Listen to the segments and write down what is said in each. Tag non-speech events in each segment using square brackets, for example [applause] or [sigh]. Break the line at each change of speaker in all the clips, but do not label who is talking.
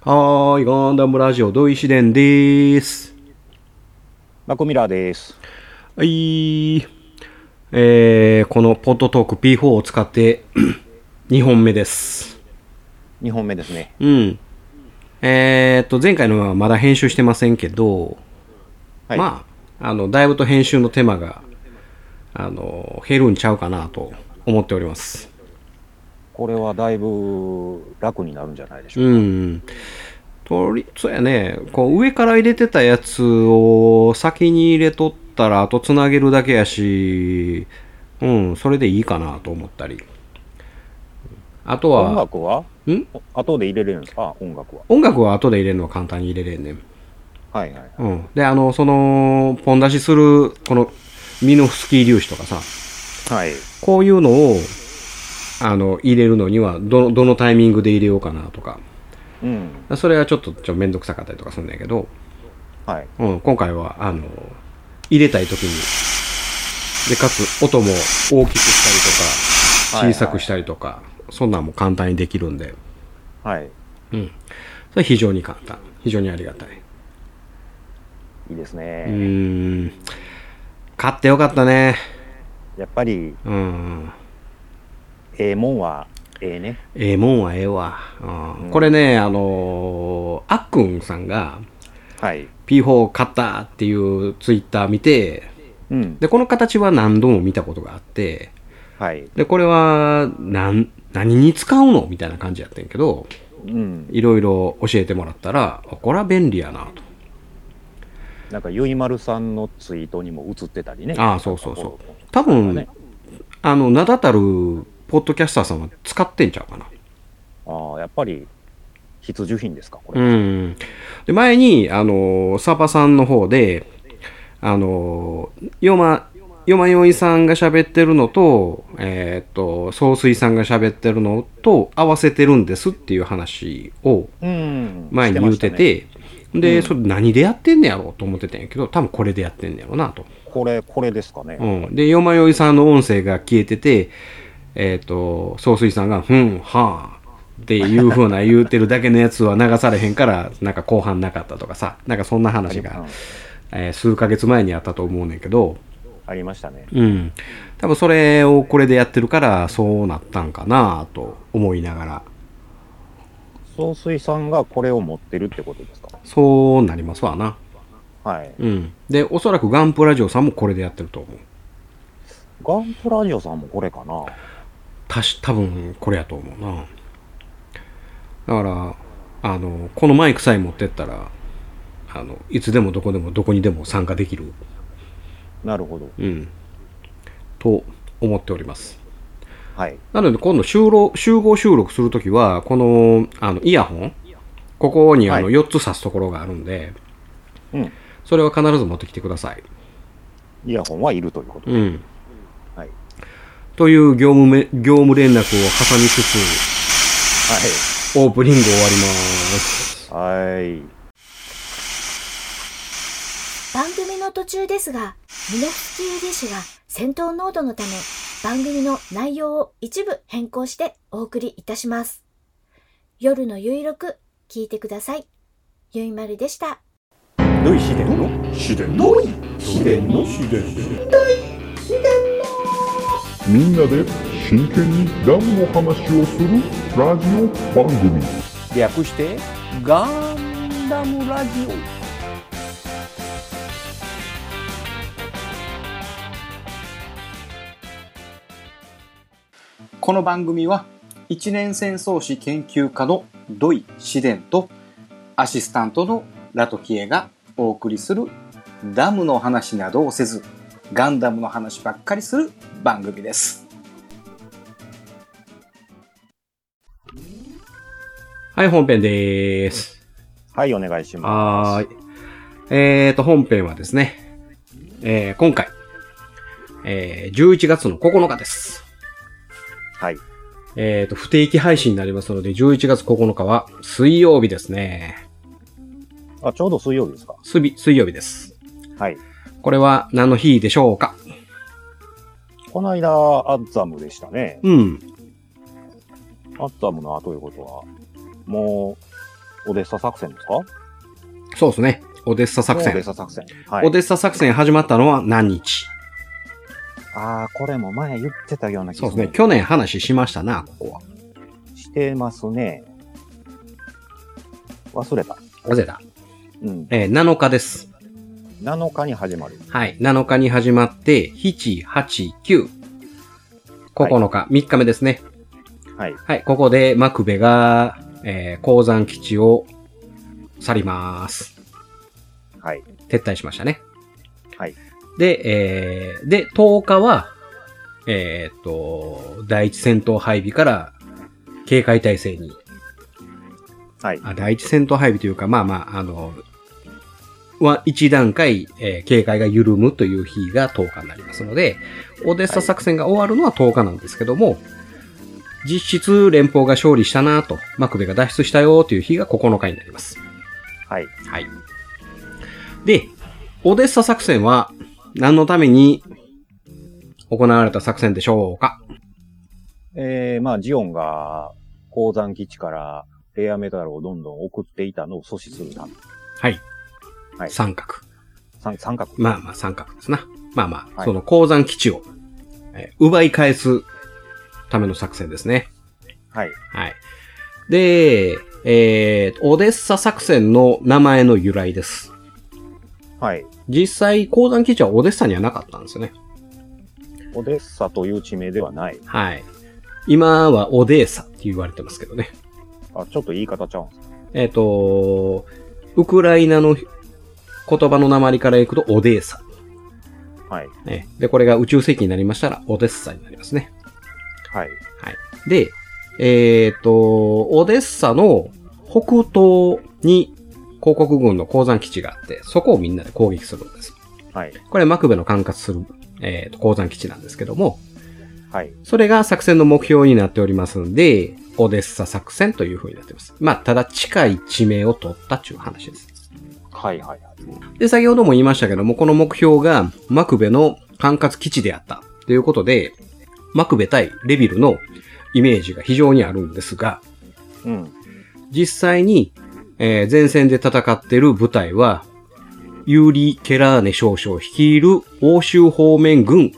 はーい、ガンダムラジオ、土井紫伝でーす。
マコミラーです。
はい。えー、このポッドトーク P4 を使って、2本目です。
2本目ですね。
うん。えー、っと、前回のはまだ編集してませんけど、
はい。
まあ、あの、だいぶと編集の手間が、あの、減るんちゃうかなと思っております。
これはだいぶ楽になるんじゃないでしょう
うん。とり、そうやね、こう上から入れてたやつを先に入れとったら、あとつなげるだけやし、うん、それでいいかなと思ったり。あと
か。音
は、
楽は
ん
お後で入れれるんですか音楽は。
音楽は後で入れるのは簡単に入れれんねん。
はいはい。
うん。で、あの、その、ポン出しする、この、ミノフスキー粒子とかさ、
はい。
こういうのを、あの、入れるのには、どの、どのタイミングで入れようかなとか。
うん。
それはちょっと、ちょ、めんどくさかったりとかするんだけど、
はい。
うん、今回は、あの、入れたい時に、で、かつ、音も大きくしたりとか、小さくしたりとか、そんなんも簡単にできるんで、
はい。
うん。それは非常に簡単。非常にありがたい。
いいです
う
ね。
ーん。買ってよかったね。
やっぱり、
うん。
ええもんは、ええね。
ええもんはええわ。うん、これね、あのーあっくんさんが
はい。
P4 買ったっていうツイッター見て、
うん。
で、この形は何度も見たことがあって、
はい。
で、これは、なん、何に使うのみたいな感じやってんけど、
うん。
いろいろ教えてもらったら、あこれは便利やなと。
なんか、ゆいまるさんのツイートにも映ってたりね。
ああ、そうそうそう。多分、あの、名だたる、ポッドキャスターさんは使ってんちゃうかな。
ああ、やっぱり、必需品ですかこ
う
れ。
ん。で、前に、あの、サバさんの方で、あの、ヨマ、ヨマヨイさんが喋ってるのと、えーっと、総水さんが喋ってるのと合わせてるんですっていう話を
うん。
前に言うて
してましたね。
て、で、それ何でやってんねやろうと思ってたんやけど、多分これでやってんねやろうなと。
これ、これですかね。
うん。で、よまよいさんの音声が消えてて、えっ、と、総帥さんが、ふん、はあ、っていうふうな言うてるだけのやつは流されへんから、 [laughs] なんか後半なかったとかさ、なんかそんな話
う
が
ん、
えー数ヶ月前にあったと思うねんけど、
ありましたね。
うん。多分それをこれでやってるから、そうなったんかなと思いながら、
総帥さんがこれを持ってるってことですか
そうなりますわな。
はい。
うん。で、おそらくガンプラジオさんもこれでやってると思う。
ガンプラジオさんもこれかな
たし多分これやと思うなだからあのこのマイクさえ持ってったらあのいつでもどこでもどこにでも参加できる、
なるほど。
うん、と思っております
はい。
なので今度集合集合収録するときはこのあのイヤホンここにあの
はい
4つ挿すところがあるんで、
うん。
それは必ず持ってきてください、
イヤホンはいるということ。
うん、
はい。はい。
という業務め業務連絡を挟みつつオープニング終わります
はい。
番組の途中ですが、ミノフスキー粒子が戦闘濃度のため、番組の内容を一部変更してお送りいたします。夜のゆいろく聞いてください。ゆいまるでした。
ルイシデンの
みんなで真剣にダムの話をするラジオ番組
略して、ガンダムラジ
この番組は一年戦争史研究家の土井紫伝とアシスタントのラトキエがお送りするダムの話などをせずガンダムの話ばっかりする番組です。
はい、本編でーす。
オ。はい、お願いします。
はーい。えーと、本編はですね、えー、今回、えー、11月の9日です。
はい。
えーと、不定期配信になりますので、11月9日は水曜日ですね。
あ、ちょうど水曜日ですか
すび、水曜日です。
はい。
これは何の日でしょうか
この間、アッザムでしたね。
うん。
アッザムの後ということは、もう、オデッサ作戦ですか
そうですね。オデッサ作
オデッ
戦。
サ作戦。はい
オ。デッサ作戦始まったのは何日
ああ、これも前言ってたような気
そう
が
ですね。去年話しましたな、ここは。
してますね。忘れた。
なぜだ
うん。
えー7日です。
7日に始まる。
はい。7日に始まって、7、8、9。9日、3日目ですね。
はい。
はい。ここで、マクベが、えー鉱山基地を去ります。
はい。
撤退しましたね。
はい。
で、えー、で、10日は、えーっと、第一戦闘配備から警戒態勢に、
はい。
あ第一戦闘配備というか、まあまあ、あの、は、一段階、えー警戒が緩むという日が10日になりますので、オデッサ作戦が終わるのは10日なんですけども、実質連邦が勝利したなと、マクベが脱出したよという日が9日になります。
はい。
はい。で、オデッサ作戦は何のために行われた作戦でしょうか
えー、まあ、ジオンが鉱山基地からレアメタルをどんどん送っていたのを阻止するため。
はい。
はい
三角。
三三角。
まあまあ三角ですな。まあまあ、
はい
その鉱山基地を、えー奪い返すための作戦ですね。
はい。
はい。で、えー、オデッサ作戦の名前の由来です。
はい。
実際、鉱山基地はオデッサにはなかったんですよね。
オデッサという地名ではない。
はい。今はオデーサって言われてますけどね。
あ、ちょっと言い方ちゃうんですか
えっ、と、ウクライナの言葉の鉛からいくとオデーサ。
はい。
ね、で、これが宇宙世紀になりましたらオデッサになりますね。
はい。
で、えっ、と、オデッサの北東に広告軍の鉱山基地があって、そこをみんなで攻撃するんです。
はい。
これマクベの管轄する、えーと鉱山基地なんですけども、
はい。
それが作戦の目標になっておりますんで、オデッサ作戦という風になってます。まあ、ただ近い地名を取ったっていう話です。
はい。はい。
で、先ほども言いましたけども、この目標がマクベの管轄基地であったということで、マクベ対レビルのイメージが非常にあるんですが、
うん。
実際に、えー前線で戦ってる部隊は、ユーリ・ケラーネ少将率いる欧州方面軍、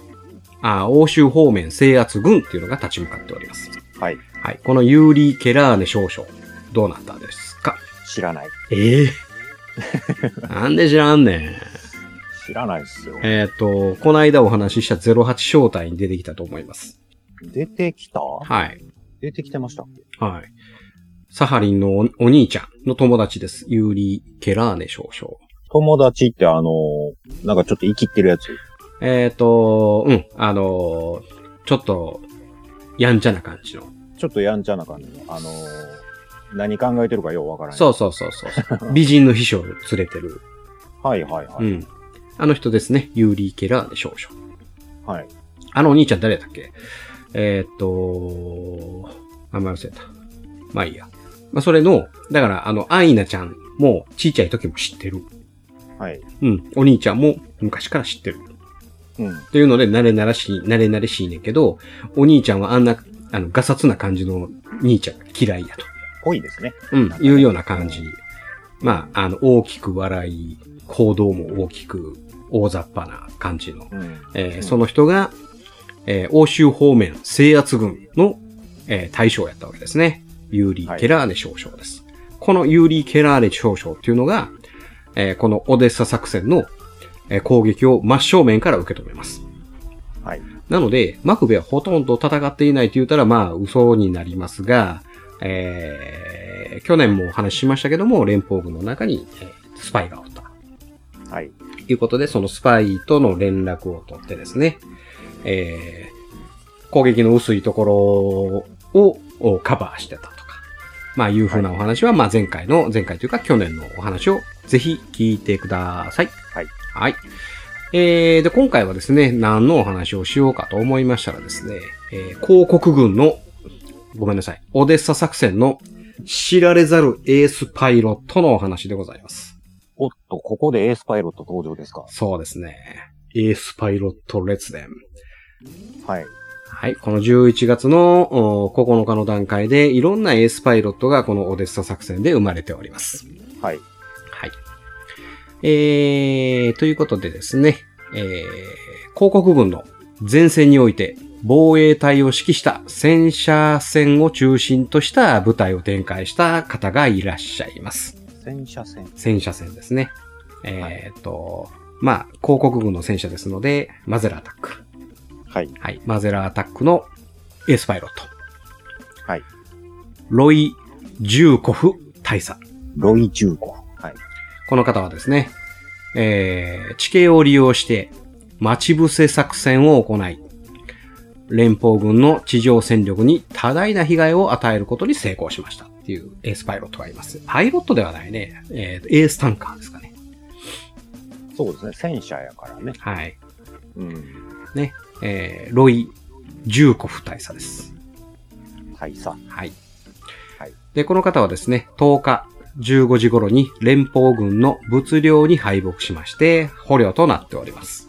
あー欧州方面制圧軍っていうのが立ち向かっております。
はい。
はい。このユーリ・ケラーネ少将、どうなったですか
知らない。
ええ [laughs] なんで知らんねん。
知らないっすよ。
えっ、と、この間お話しした08正体に出てきたと思います。
出てきた
はい。
出てきてましたっけ
はい。サハリンのおお兄ちゃんの友達です。ユーリ・ケラーネ少将。
友達ってあのーなんかちょっと生きってるやつ。
えっ、と、うん、あのーちょっと、やんちゃな感じの。
ちょっとやんちゃな感じの。あのー何考えてるかようわからない。
そうそうそうそう。美人の秘書を連れてる。
はいはいは
う
い。
ん。あの人ですね。ユーリー・ケラーで少々。
はい。
あのお兄ちゃん誰だっけえっ、と、名前忘れた。まあいいや。まあそれの、だからあの、アイナちゃんも、ちいちゃい時も知ってる。
はい。
うん。お兄ちゃんも昔から知ってる。
うん。
というので、慣れ慣れしい、慣れ慣れしいねんけど、お兄ちゃんはあんな、あの、ガサツな感じの兄ちゃんが嫌いやと。
ぽいですね。
うん、いうような感じ。まあ、あの、大きく笑い、行動も大きく、大雑把な感じの。
うん。
えー
うん
その人が、えー欧州方面制圧軍の、えー大将やったわけですね。ユーリー・ケラーネ少将です。このユーリー・ケラーネ少将っていうのが、えーこのオデッサ作戦の、えー攻撃を真正面から受け止めます。
はい。
なので、マクベはほとんど戦っていないと言ったら、まあ、嘘になりますが、えー、去年もお話ししましたけども、連邦軍の中に、えースパイがおった。
はい。
ということで、そのスパイとの連絡を取ってですね、えー、攻撃の薄いところををカバーしてたとか、まあいうふうなお話は、まあ前回の、前回というか去年のお話をぜひ聞いてください。
はい。
はい。えー、で、今回はですね、何のお話をしようかと思いましたらですね、えー、広告軍の、ごめんなさい、オデッサ作戦の知られざるエースパイロットのお話でございます。
おっと、ここでエースパイロット登場ですか
そうですね。エースパイロット列伝。
はい。
はい。この11月のお9日の段階で、いろんなエースパイロットがこのオデッサ作戦で生まれております。
はい。
はい。えー、ということでですね、えー、広告文の前線において、防衛隊を指揮した戦車戦を中心とした部隊を展開した方がいらっしゃいます。
戦車戦。
戦車戦ですね。えーっと、まあ、広告軍の戦車ですので、マゼラアタック。
はい。
はい。マゼラアタックのエースパイロット。
はい。
ロイ・ジューコフ大佐。
ロイ重工。はい。
この方はですね、えー、地形を利用して待ち伏せ作戦を行い、連邦軍の地上戦力に多大な被害を与えることに成功しましたっていうエースパイロットがいます。パイロットではないね。えーと、エースタンカーですかね。
そうですね。戦車やからね。
はい。
うん。
ね。えー、ロイ・ジューコフ大佐です。
大佐。
はい。
はい
で、この方はですね、10日、15時頃に連邦軍の物量に敗北しまして、捕虜となっております。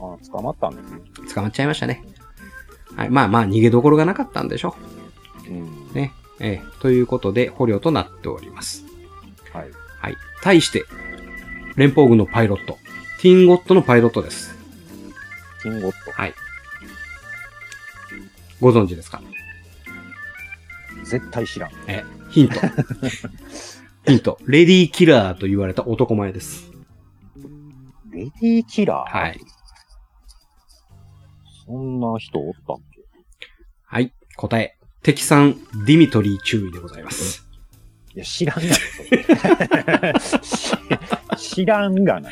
あ、捕まったんですね。
捕まっちゃいましたね。はい、まあまあ、逃げどころがなかったんでしょ
うん
う。。ね。ええということで、捕虜となっております。
はい。
はい。対して、連邦軍のパイロット、ティンゴットのパイロットです。
キンゴッ
はい。ご存知ですか
ト。絶対知らん。
ええヒン
[laughs]
ト。ヒント。レディーキラーと言われた男前です。
レディーキラー。
はい。
そんな人おったっけ
はい。答え。敵産ディミトリー注意でございます。
いや、知らんがな。それ知らんがな。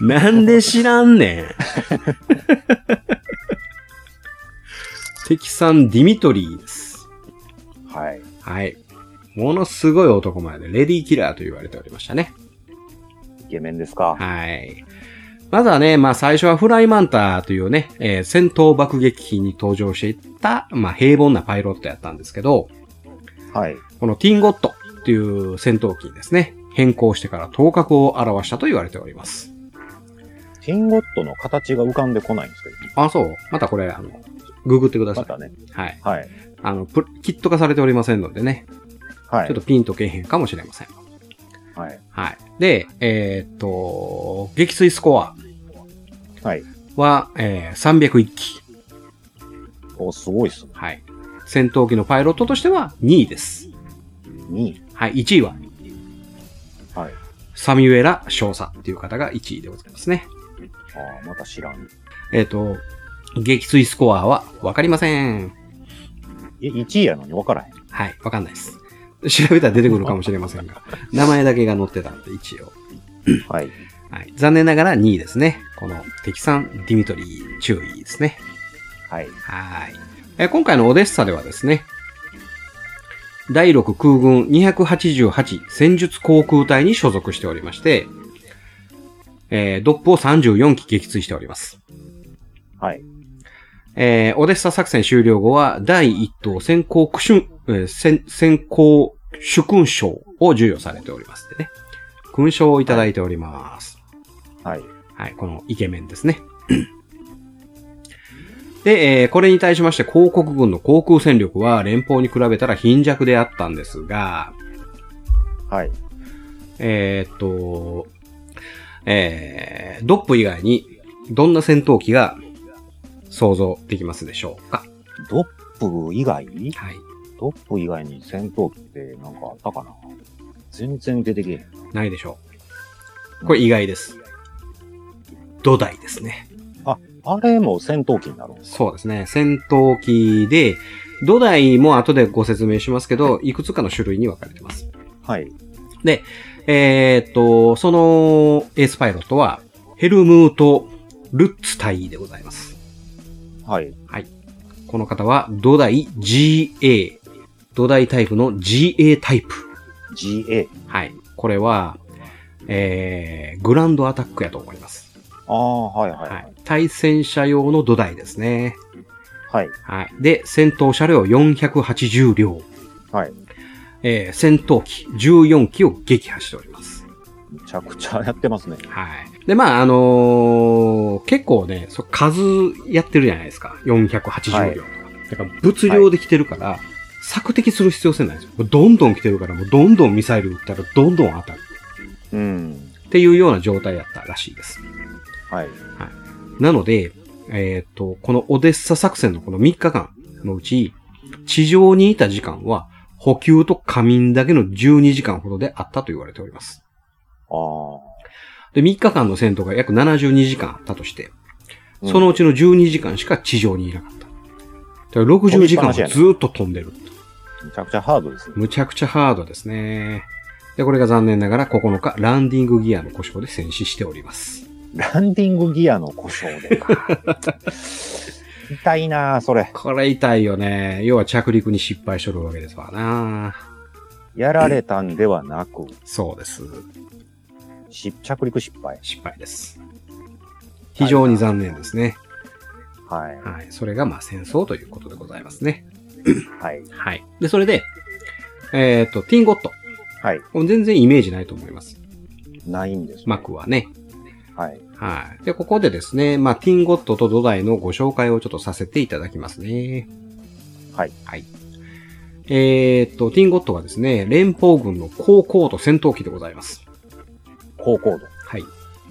なんで知らんねん。 [laughs] 敵さんディミトリーです。
はい。
はい。ものすごい男前で、レディーキラーと言われておりましたね。
イケメンですか。
はい。まずはね、まあ最初はフライマンターというね、えー戦闘爆撃機に登場していった、まあ平凡なパイロットやったんですけど、
はい。
このティンゴットっていう戦闘機にですね、変更してから頭角を表したと言われております。
ティンゴットの形が浮かんでこないんですけ
あ、そうまたこれ、あの、ググってくだ
ど。
さい
ま。たね。
はい。
はい。
あの、プキット化されておりませんのでね、
は
ちょっと
い。
ピンとけえへんかもしれません。
はい。
はい。で、えーっと、撃墜スコア
はい。
は、えー301機。
お、すごいっすね。
はい。戦闘機のパイロットとしては2位です。
2位。
はい。1位は、
はい。
サミュエラ少佐っていう方が1位でございますね。
ああ、また知らん。
えーっと、撃墜スコアはわかりません。
え、1位やのに分からへん。
はい。わかんないです。調べたら出てくるかもしれません
[laughs]
が、名前だけが載ってたんで、一応。
はい。
はい。残念ながら2位ですね。この敵さん、ディミトリー、注意ですね。
はい。
はい。えー今回のオデッサではですね、第6空軍288戦術航空隊に所属しておりまして、えードップを34機撃墜しております。
はい。
えーオデッサ作戦終了後は、第1等先行苦春、えー先先行主勲章を授与されておりますでね。勲章をいただいております。
はい。
はい、このイケメンですね。 [clears throat] で、えーこれに対しまして、広告軍の航空戦力は連邦に比べたら貧弱であったんですが、
はい。
えーっと、えードップ以外に、どんな戦闘機が想像できますでしょうか
ドップ以外
はい。
ドップ以外に戦闘機ってなんかあったかな全然出てけえへん。
ないでしょう。これ意外です。土台ですね。
あれも戦闘機になるんですか
そうですね。戦闘機で、土台も後でご説明しますけど、いくつかの種類に分かれてます。
はい。
えーっと、そのエースパイロットは、ヘルムート・ルッツ大尉でございます。
はい。
この方は、土台 GA。土台タイプの GA タイプ。
GA。
はい。これは、えー、グランドアタックやと思います。
ああ、はいはい。
はい。対戦車用の土台ですね。
はい。
はい。で、戦闘車両480両。
はい。
えー、戦闘機14機を撃破しております。
むちゃくちゃやってますね。
はい。で、まあ、あのー結構ね、そ数やってるじゃないですか。480両とか。だから物量で来てるから、索敵する必要性ないんですよ。もうどんどん来てるから、もうどんどんミサイル撃ったらどんどん当たる
うん。
っていうような状態だったらしいです。
はい。
なので、えっ、と、このオデッサ作戦のこの3日間のうち、地上にいた時間は、補給と仮眠だけの12時間ほどであったと言われております。
ああ。
で、3日間の戦闘が約72時間あったとして、
うん
そのうちの12時間しか地上にいなかった。だから60時間はずーっと飛んでる。
めちゃくちゃハードですね。
むちゃくちゃハードですね。で、これが残念ながら9日、ランディングギアの故障で戦死しております。
ランディングギアの故障で [laughs] か。痛いなあそれ。
これ痛いよね。要は着陸に失敗しとるわけですわな。
やられたんではなく、
そうです。
し着陸失敗。
失敗です。非常に残念ですね。
はい。
はい。それが、まあ、戦争ということでございますね。
はい。
はい。で、それで、えっ、と、ティンゴット。
はい。
これ全然イメージないと思います。
ないんです、ね。
マクはね。
はい。
はい。で、ここでですね、まあ、ティンゴットと土台のご紹介をちょっとさせていただきますね。
はい。
はい。えーっと、ティンゴットはですね、連邦軍の高高度戦闘機でございます。
高高度。
はい。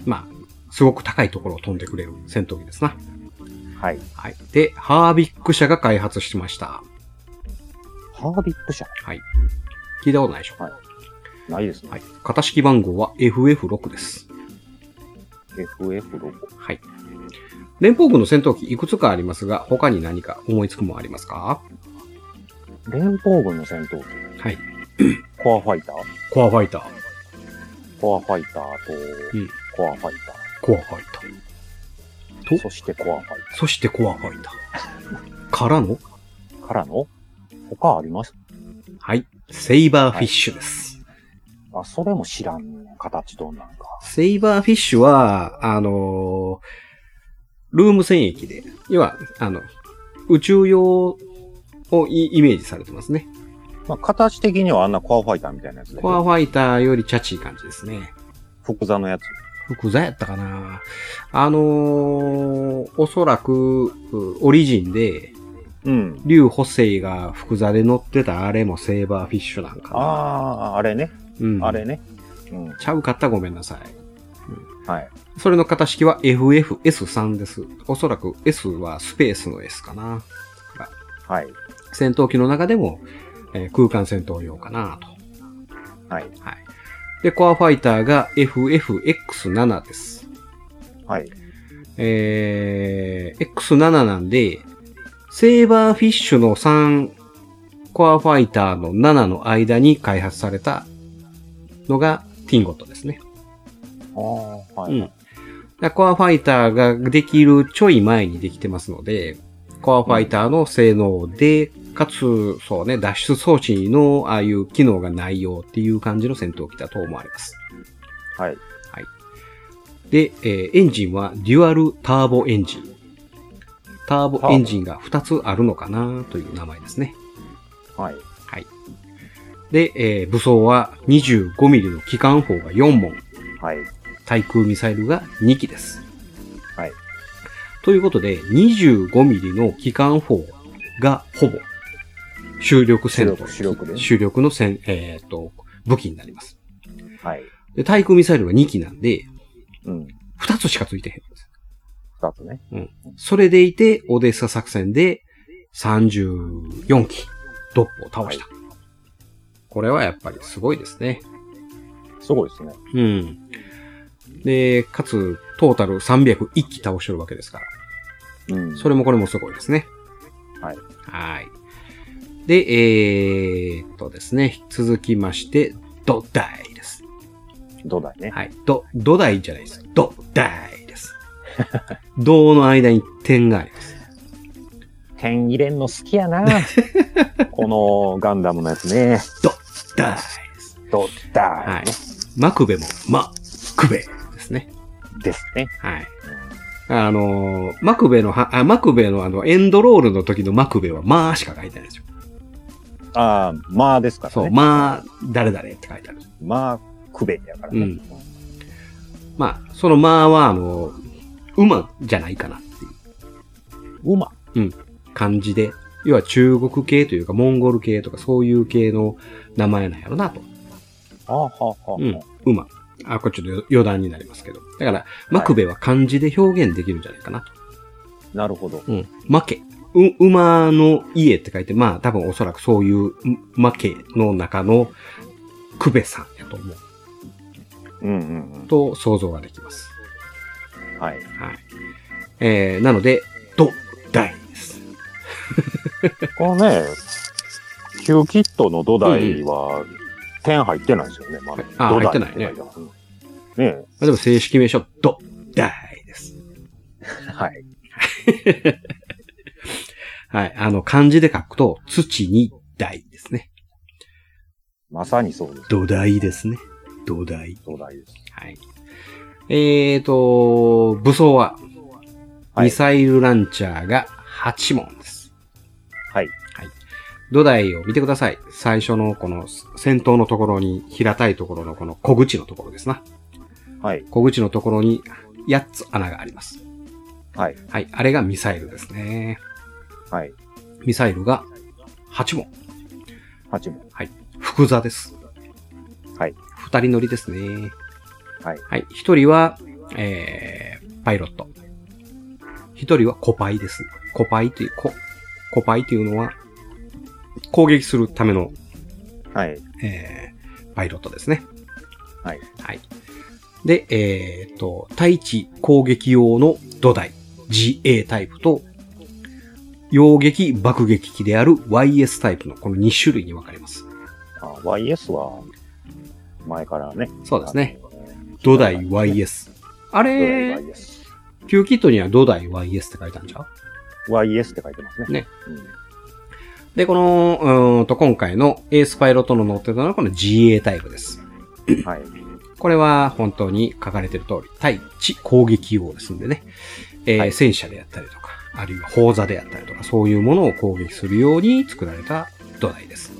まあ、すごく高いところを飛んでくれる戦闘機ですな。
はい。
はい。で、ハービック社が開発しました。
ハービック社。
はい。聞いたことないでしょ
はいないですね。
はい。型式番号は FF6 です。
FF6。
はい。連邦軍の戦闘機いくつかありますが、他に何か思いつくもんありますか
連邦軍の戦闘機。
はい。
コアファイター
コアファイター。
コアファイターと、
うん
コアファイ
コアファイター。
タ
お
ー。そしてコアファイ
そしてコアファイタ [laughs] ー。からの、
ター。からの、他あります
はい。セイバーフィッシュです。
あ、それも知らんな形どんなんか。
セイバーフィッシュは、あのールーム戦役で、要は、あの、宇宙用をイイメージされてますね。
まあ、形的にはあんなコアファイターみたいなやつで。
コアファイターよりチャチい感じですね。
複座のやつ。
複雑やったかなあのーおそらく、うオリジンで、
うん。
竜補正が複座で乗ってたあれもセイバーフィッシュなんかな。
ああ、あれね。
うん
あれね。うん。
ちゃうかったらごめんなさい。
はい。
それの型式は FFS3 です。おそらく S はスペースの S かな。
はい。
戦闘機の中でも、えー空間戦闘用かなと。
はい。
はい。で、コアファイターが FFX7 です。
はい。
えー、X7 なんで、セーバーフィッシュの3、コアファイターの7の間に開発されたのがティンゴットですね。
ああ、は
う
い。
ん。コアファイターができるちょい前にできてますので、コアファイターの性能で、かつ、そうね、脱出装置のああいう機能がないよっていう感じの戦闘機だと思われます。
はい。
で、えーエンジンはデュアルターボエンジン。ターボエンジンが2つあるのかなという名前ですね。
はい。
で、えー武装は 25mm の機関砲が4門。
はい。
対空ミサイルが2機です。
はい。
ということで、25ミリの機関砲がほぼ主力戦闘機
主力主力ね
主力の戦、えっ、と、武器になります。
はい。
で、対空ミサイルが2機なんで、
うん。
2つしかついてへんです。
二つね。
それでいて、オデッサ作戦で34機、ドッポを倒した。これはやっぱりすごいですね。
すごいですね。
うん。で、かつ、トータル301機倒してるわけですから。
うん。
それもこれもすごいですね。
はい。
はい。で、えー、っとですね、続きまして、土台です。
土台ね。
はい。ど、土台じゃないです。土台
[laughs]
です。銅の間に点があります。
点入れんの好きや
[laughs]
なこのガンダムのやつね。
土台です。
土台
はい。マクベも、マクベですね。
ですね。
はい。あのー、マクベのは、あ、マクベのあの、エンドロールの時のマクベは、まあしか書いてないんですよ。
ああ、まあですからね。
そう、まあ、誰々って書いてある。
まあ、くべやからね。
うんまあ、そのまあは、あの、馬じゃないかなっていう
馬。
感じで、要は中国系というか、モンゴル系とか、そういう系の名前なんやろなと。
あはあはあ。
うん。馬。あ、これちょっと余談になりますけど。だから、マクベは漢字で表現できるんじゃないかな。
なるほど。
うん。負け。う、馬の家って書いて、まあ多分おそらくそういう負けの中のクベさんやと思う
うんうん
と想像ができます。
うん。はい。
はい。えー、なので、ド、ダイです。
このね、キューキットの土台は、点入ってないですよね、ま
あ
土
入
台
ってないね
書てあるね
まあでも正式名称、ド、ダイです。
え。はい。
はい。あの、漢字で書くと、土に台ですね。
まさにそうです。
土台ですね。土台。
土台です。
はい。えーと、武装は、
はい
ミサイルランチャーが8門です。
はい。
土台を見てください。最初のこの先頭のところに、平たいところのこの小口のところですな。
はい。
小口のところに8つ穴があります。
はい。
はい。あれがミサイルですね。
はい。
ミサイルが8門。
八問。
福座です。
はい。
二人乗りですね。
はい。
はい。一人は、えー、パイロット。一人はコパイです。コパイという、コ、コパイというのは、攻撃するための、
はい。
えー、パイロットですね。
はい。
はい。で、えー、っと、対地攻撃用の土台、GA タイプと、洋撃爆撃機である YS タイプのこの2種類に分かれます。
あ YS は、前からね。
そうですね。
土
土
台
台 YS。あ
土台
れ、
YS。
旧キットには土台 YS って書いたんちゃう
YS って書いてますね。
ね
うん。
で、この、うーんと、今回のエースパイロットの乗ってたのはこの GA タイプです。
はい。
これは本当に書かれてる通り、対地攻撃用ですんでね、えー
はい
戦車であったりとか、あるいは砲座であったりとか、そういうものを攻撃するように作られた土台です。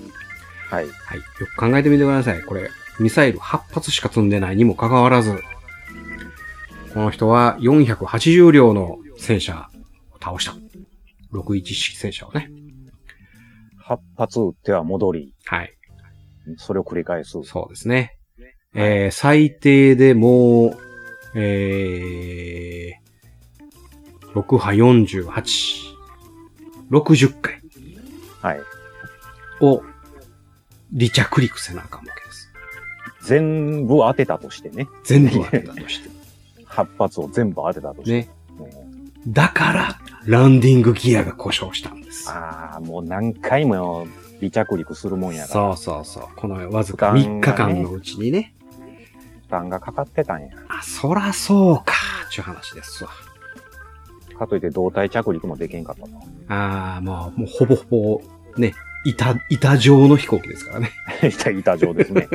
はい。
はい。よく考えてみてください。これ、ミサイル8発しか積んでないにもかかわらず、この人は480両の戦車を倒した。61式戦車をね。
8発撃っては戻り、
はい。
それを繰り返す。
そうですね。えー、最低でもう、えー、6波48、60回
はい。
を離着陸せなあかんわけです。
全部当てたとしてね。
全部当てたとして。
8発を全部当てたとして。
ね。
うん
だから、ランディングギアが故障したんです。
ああ、もう何回も離着陸するもんやから、
そうそうそう。このわずか3日間のうちにね。
負担がかかってたんや。
あ、そらそうか、ちゅう話ですわ。
かといって胴体着陸もできんかったと。 [laughs]
ああ、もう、もうほぼほぼ、ね、板、板状の飛行機です
[laughs]
からね。
板板状で
[laughs]
すね。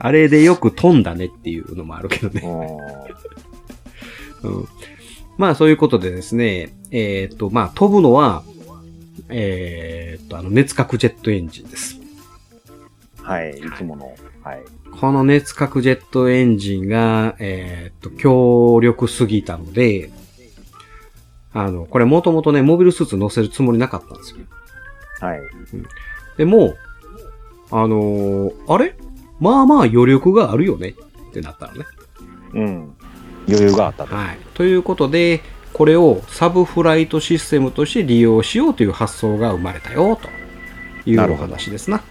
あれでよく飛んだねっていうのもあるけどね。
う
うん。まあそういうことでですね、えーっと、まあ飛ぶのは、えーっと、あの熱核ジェットエンジンです。
んはい、いつもの。はい。
この熱核ジェットエンジンが、えーっと、強力すぎたので、あの、これもともとね、モビルスーツ乗せるつもりなかったんですよ。
はい。
でも、あのーあれまあまあ余力があるよねってなったのね。
うん。余裕があったと。
はい。ということで、これをサブフライトシステムとして利用しようという発想が生まれたよ、という
なる
お
ほど
話ですな。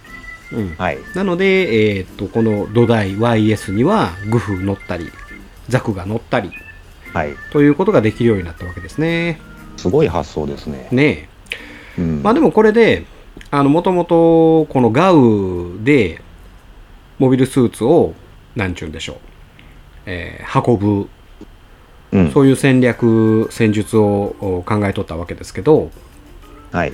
うん。
はい。
なので、えーっと、この土台 YS にはグフ乗ったり、ザクが乗ったり、
はい。
ということができるようになったわけですね。
すごい発想ですね。
ね
うん
え。まあでもこれで、あの、もともと、このガウで、モビルスーツを、なんちゅうんでしょう、えー運ぶ
うん
そういう戦略、戦術をお考えとったわけですけど、
はい。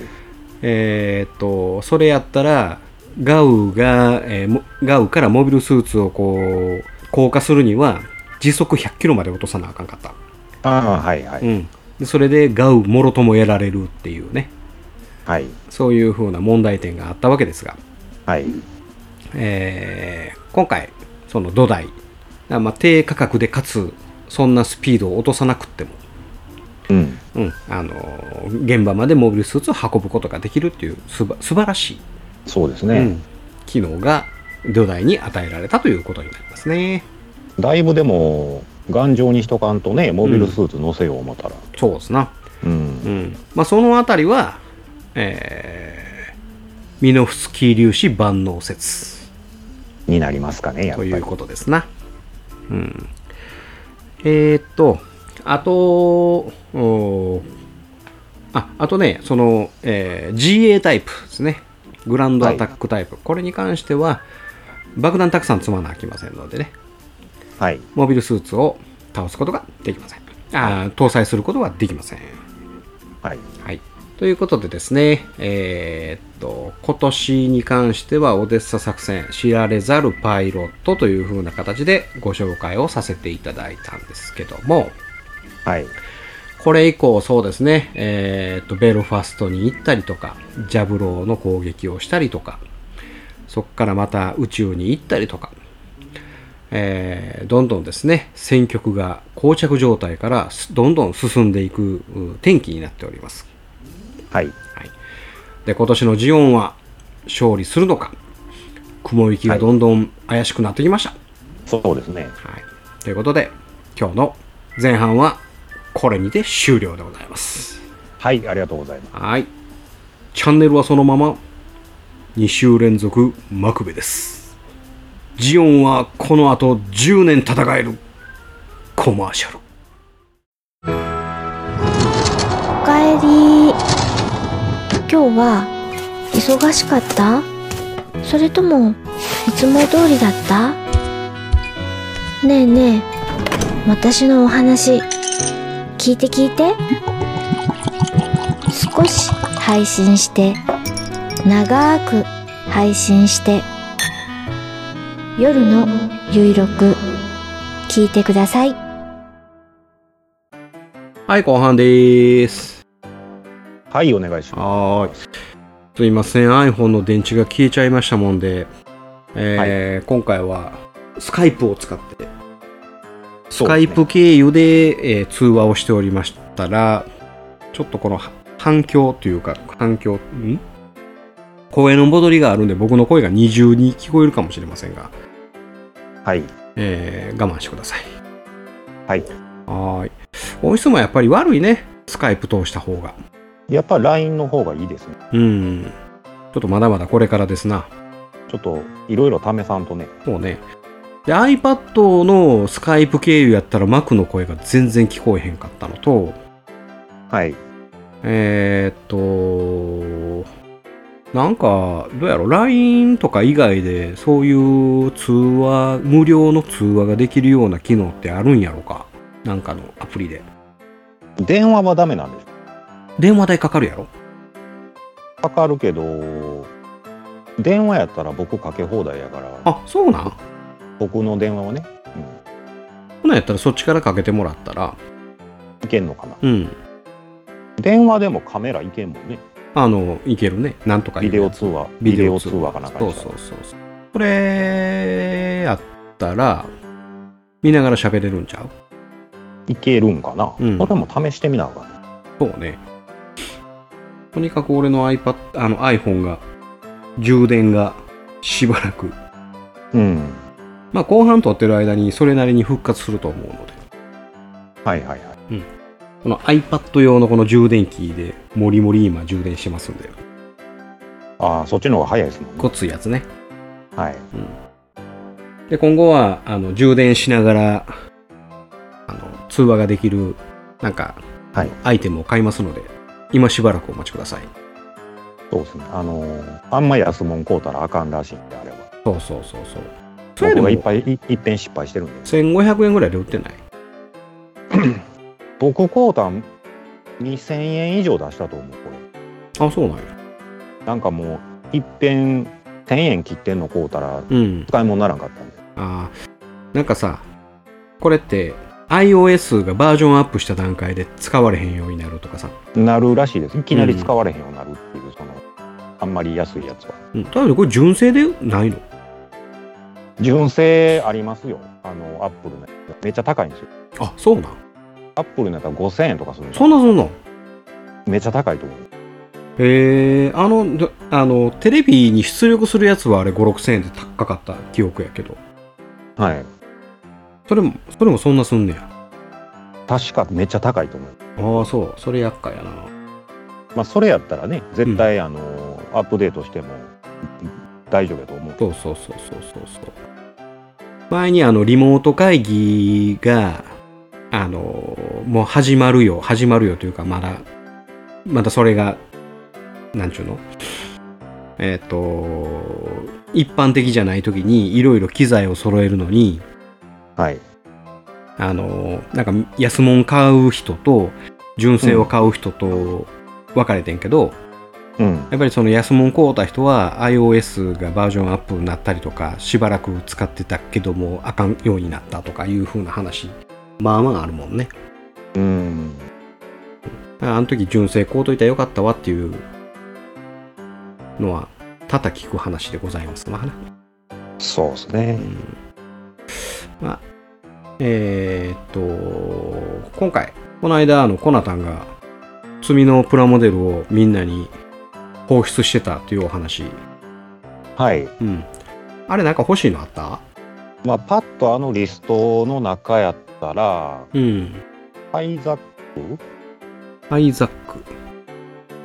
えーっと、それやったら、ガウが、えーもガウからモビルスーツをこう、降下するには、時速100キロまで落とさなあかんかった。
ああ、はいは
う
い。
ん。でそれで、ガウもろともやられるっていうね、
はい。
そういう風な問題点があったわけですが、
はい。
えー今回、その土台、まあ、低価格でかつ、そんなスピードを落とさなくっても、
うん。
うん、あの現場までモビルスーツを運ぶことができるっていうすば素晴らしい、
そうです
う
ね。
ん機能が土台に与えられたということになりますね。
だいぶでも、頑丈にしとかんとね、モビルスーツ乗せよう思ったら。
そうですな、
うん。
うんまあ、そのあたりは、えーミノフスキー粒子万能説
になりますかね、やっぱ
と
り。
いうことですな。うん、えーっと、あと、おーああとね、その、えー GA タイプですね。グランドアタックタイプ。これに関しては、爆弾たくさん積まなきゃいけませんのでね、
はい。
モビルスーツを倒すことができません。あー搭載することができません。
はい。
はい。ということでですね、えーっと、今年に関してはオデッサ作戦、知られざるパイロットという風な形でご紹介をさせていただいたんですけども、
はい。
これ以降そうですね、えーっと、ベルファストに行ったりとか、ジャブローの攻撃をしたりとか、そこからまた宇宙に行ったりとか、えーどんどんですね、戦局が膠着状態からすどんどん進んでいくう転機になっております。
はい。
はい、で今年のジオンは勝利するのか雲行きがどんどん怪しくなってきました、
そうですね。
はいということで今日の前半はこれにて終了でございます
はい、ありがとうございます。
はいチャンネルはそのまま2週連続マクベですジオンはこの後10年戦えるコマーシャル
おかえり今日は忙しかったそれともいつも通りだったねえねえ私のお話聞いて聞いて少し配信して長く配信して夜のゆいろく聞いてください
はい後半でーす
はい、お願いしま
はーい。すいません、iPhone の電池が消えちゃいましたもんで、えー今回はスカイプを使って、
す。
スカイプ経由で、えー通話をしておりましたら、ちょっとこのは反響というか、反響、ん声の戻りがあるんで、僕の声が二重に聞こえるかもしれませんが、
はい。
えー我慢してください。
はい。
はーい。音質もやっぱり悪いね、スカイプ通した方が。
やっぱ LINE の方がいいですね。
うん。ちょっとまだまだこれからですな。
ちょっと、いろいろ試さんとね。
そうね。で、iPad のスカイプ経由やったら Mac の声が全然聞こえへんかったのと、
はい。
えーっと、なんか、どうやろ、LINE とか以外でそういう通話、無料の通話ができるような機能ってあるんやろか。なんかのアプリで。
電話はダメなんです。
電話代かかるやろ
かかるけど、電話やったら僕かけ放題やから、
あ、そうなん
僕の電話をね、
ほなやったらそっちからかけてもらったら、
いけんのかな。
うん。
電話でもカメラいけんもんね。
あの、いけるね。なんとかい
ビ
け
デ
る
オ通話、ビデオ通話かなんか
そ
に
う
した
そ
ら
うそうそうこれやったら見ながら喋れるんちゃう
いけるんかな。
うん
それも試してみなあかんね
そうねとにかく俺の iPad あの iPhone が充電がしばらく
うん。
まあ後半撮ってる間にそれなりに復活すると思うので
はいはいはい。
この iPad 用のこの充電器でもりもり今充電してますんで
ああ、そっちの方が早いですもんね。
ごついやつね
はい。
で今後はあの充電しながらあの通話ができるなんか、
はい
アイテムを買いますので今しばらくお待ちください
そうですね。あのーあんま安もん買うたらあかんらしいんで、あれは。
そうそうそうそうそれでも
僕がいっぱい、いいっぺん失敗してるんで。
1500円ぐらいで売ってない
僕買うたん2000円以上出したと思う、これ。
あそうなんや
なんかもう、いっぺん1000円切ってんの買うたら、
うん
使い物にならんかったんで。
あーなんかさこれって iOS がバージョンアップした段階で使われへんようになるとかさ、
なるらしいです。いきなり使われへんようになるっていう、その、あんまり安いやつは。
うん、だけどこれ純正でないの
純正ありますよ。あの、アップルのやつ。めっちゃ高いんですよ。
あそうなん
アップルになったら5000円とかするんです
そんなんそんなん
めっちゃ高いと思う。
へえあのどあのテレビに出力するやつはあれ5 6 0円で高かった記憶やけど
はい。
それもそれもそんなすんねや
確かめっちゃ高いと思う。
ああそうそれ厄介やな
まあ、それやったらね、絶対、あの、アップデートしても大丈夫やと思う。
そうそうそうそうそうそう前にあのリモート会議があのもう始まるよ始まるよというかまだまだそれがなんちゅうのえっ、と一般的じゃない時にいろいろ機材を揃えるのに
はい。
あのなんか安物買う人と純正を買う人と分かれてんけど、
うん。
やっぱりその安物買うた人は iOS がバージョンアップになったりとかしばらく使ってたけどもあかんようになったとかいう風な話まあまああるもんね
うん。
ああの時純正買うといたらよかったわっていうのは多々聞く話でございますわな、
そうですね
う。ん、まあえーっと今回この間あのコナタンが積みのプラモデルをみんなに放出してたというお話
はい。
うん。あれなんか欲しいのあった
まあ、パッとあのリストの中やったら、
うん。
ハイザック、
アイザック。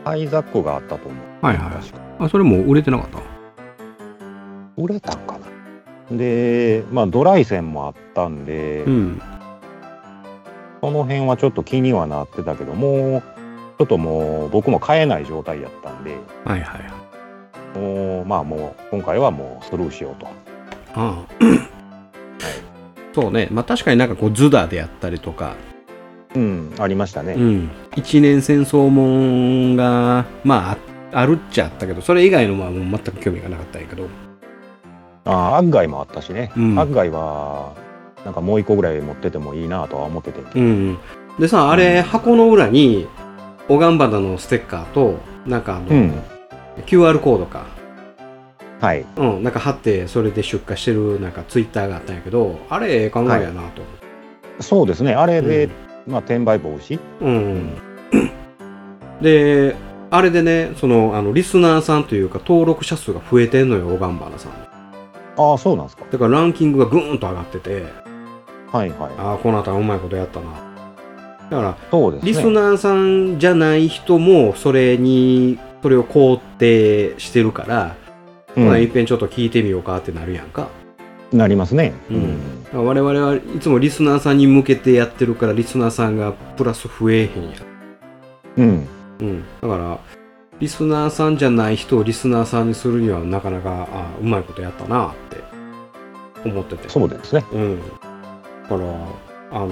ハイザックがあったと思う。
はいはい
確か
あ、それもう売れてなかった
売れたんかな。で、まあ、ドライ線もあったんで、
うん。
その辺はちょっと気にはなってたけど、もう、ちょっともう僕も買えない状態やったんで、
はいはいはい。あ
もう、まあもう、今回はもうスルーしようと。
あ。 [clears throat] そうね。まあ確かになんかこうズダであったりとか、
うん、ありました
う
ね。
ん。一年戦争もんが、まあ、ああるっちゃあったけど、それ以外のはもう全く興味がなかったんやけど。
ああ、案外もあったしね。
うん
案外は、なんかもう一個ぐらい持っててもいいなとは思ってて。
うん。でさ、あれ、箱の裏に、オガンバナのステッカーと、なんかあの、
うん。
QR コードか。
はい。
うん、なんか貼ってそれで出荷してるなんかツイッターがあったんやけどあれええ考えやなと、
そうですね。あれで、まあ、転売防止。
うん、であれでねそのあのリスナーさんというか登録者数が増えてんのよオガンバナさん
ああ、そうなんですか。
だからランキングがぐーんと上がってて
はいは
ああこの辺うまいことやったなだから
い。そうですね。
リスナーさんじゃない人もそれにそれを肯定してるから、
うん
まあいっぺんちょっと聞いてみようかってなるやんか
なりますね。
うん我々はいつもリスナーさんに向けてやってるからリスナーさんがプラス増えへんやん、
うん。
うん、だからリスナーさんじゃない人をリスナーさんにするにはなかなかあうまいことやったなって思ってて
そうですね。
う、ん、だからあの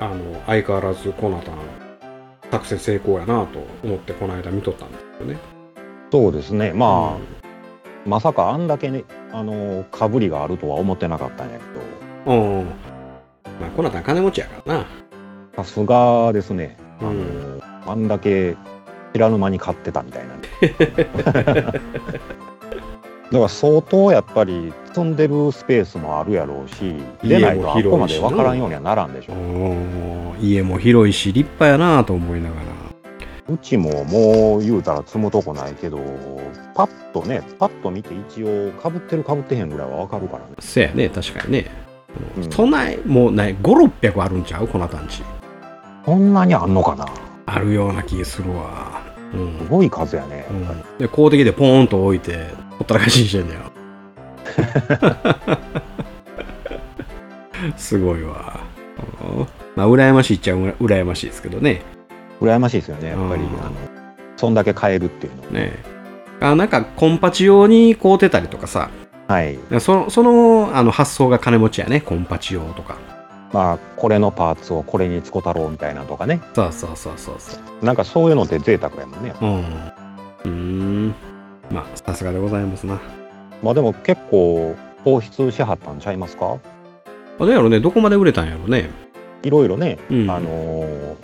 あの相変わらずコナタン作戦成功やなと思ってこの間見とったんですよね
そうですね。まあ、まさかあんだけね、あの、かぶりがあるとは思ってなかったんやけど、
あうんまあコナタン金持ちやからな
さすがですね。あの、
うん
あんだけ知らぬ間に買ってたみたいな。
[laughs]
だから相当やっぱり積んでるスペースもあるやろうし、
家も
出ないとあっこま
広い
で
しな
わからんようにはならんでしょ。
うん家も広いし立派やなと思いながら
うちももう言うたら積むとこないけど、パッとね、パッと見て一応、かぶってるかぶってへんぐらいはわかるからね。
せやね、確かにね。
うん
そんない、もうない、5、600あるんちゃうこの団地。
こんなにあんのかな
あるような気するわ。う
す
ん。
ごい数やね。
うん、で、公的でポーンと置いて、ほったらかしにしてん
[laughs]
だよ。すごいわ。うんまあ、羨ましいっちゃうら羨ましいですけどね。
羨ましいですよね、やっぱり。
うん
あのそんだけ買えるっていうの。
ねあなんか、コンパチ用に買うてたりとかさ、
はい。
そそのあの発想が金持ちやね、コンパチ用とか。
まあ、これのパーツをこれにつこたろうみたいなとかね。
そうそうそうそうそう。
なんかそういうのって贅沢やもんね。
うん。うーん。まあ、さすがでございますな。
まあでも結構、放出しはったんちゃいますか
あれやろね、どこまで売れたんやろね。
いろいろね、
うん。
あのー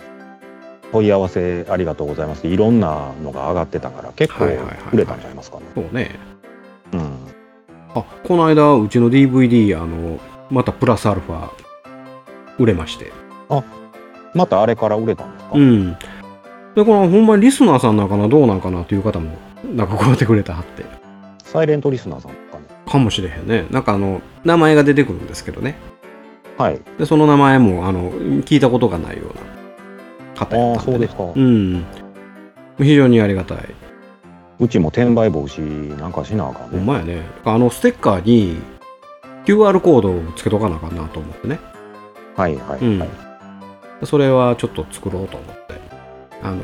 問い合わせありがとうございます。いろんなのが上がってたから、結構
はいはいはいはい
売れたんちゃいますかね。
そうね。
うん。
あ、この間、うちの DVD、あの、またプラスアルファ、売れまして。
またあれから売れたんですか、
うん。で、これほんまにリスナーさんなんかな、どうなんかなっていう方も、なんかこうやってくれたはって。
サイレントリスナーさんかね。
かもしれへんね。なんかあの、名前が出てくるんですけどね。
はい。
で、その名前も、あの、聞いたことがないような方やっ
ああ、
たん
そうですか。
うん。非常にありがたい。
うちも転売防止なんかしなあかん
ほ
ね。
んまやね。あの、ステッカーに QR コードをつけとかなあかんなと思ってね。
はいはいはい。
うんそれはちょっと作ろうと思って。あの、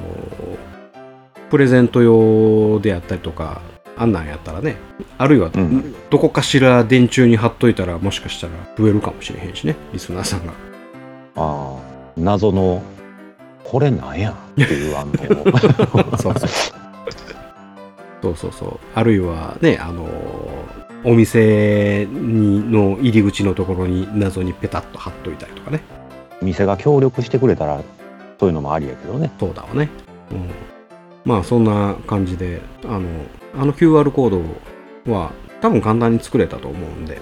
プレゼント用であったりとか、あんなんやったらね。あるいは、
うん
どこかしら電柱に貼っといたら、もしかしたら増えるかもしれへんしね。リスナーさんが。
ああ、謎の、これなんやっていう案件を。
[laughs] そうそう。そうそうそう。あるいはね、あのお店にの入り口のところに謎にペタッと貼っといたりとかね。
店が協力してくれたら、そういうのもありやけどね。
そうだわね。うん。まあそんな感じで、あの、あの QR コードは多分簡単に作れたと思うんで。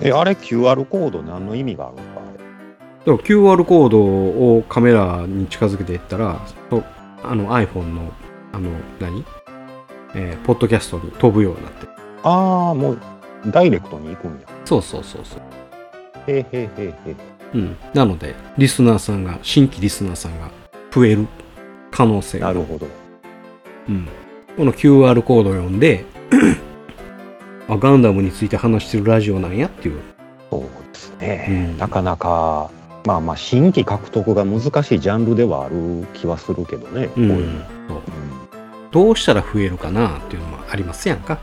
え、あれ QR コード何の意味があるんですかあれ
でも QR コードをカメラに近づけていったら、とあの iPhone の、あの、何えーポッドキャストに飛ぶようになって。
ああ、もう、ダイレクトに行くんや。
そうそうそうそう。
へえへえへえへ
うん、なのでリスナーさんが新規リスナーさんが増える可能性
え。
が
なるほど。
うん、この QR コードを読んで [clears throat] あガンダムについて話してるラジオなんやっていう、
そうですね。
うん
なかなか、まあまあ、新規獲得が難しいジャンルではある気はするけどね。こう
うん
い
そう
うのうん
どうしたら増えるかなっていうのもありますやんか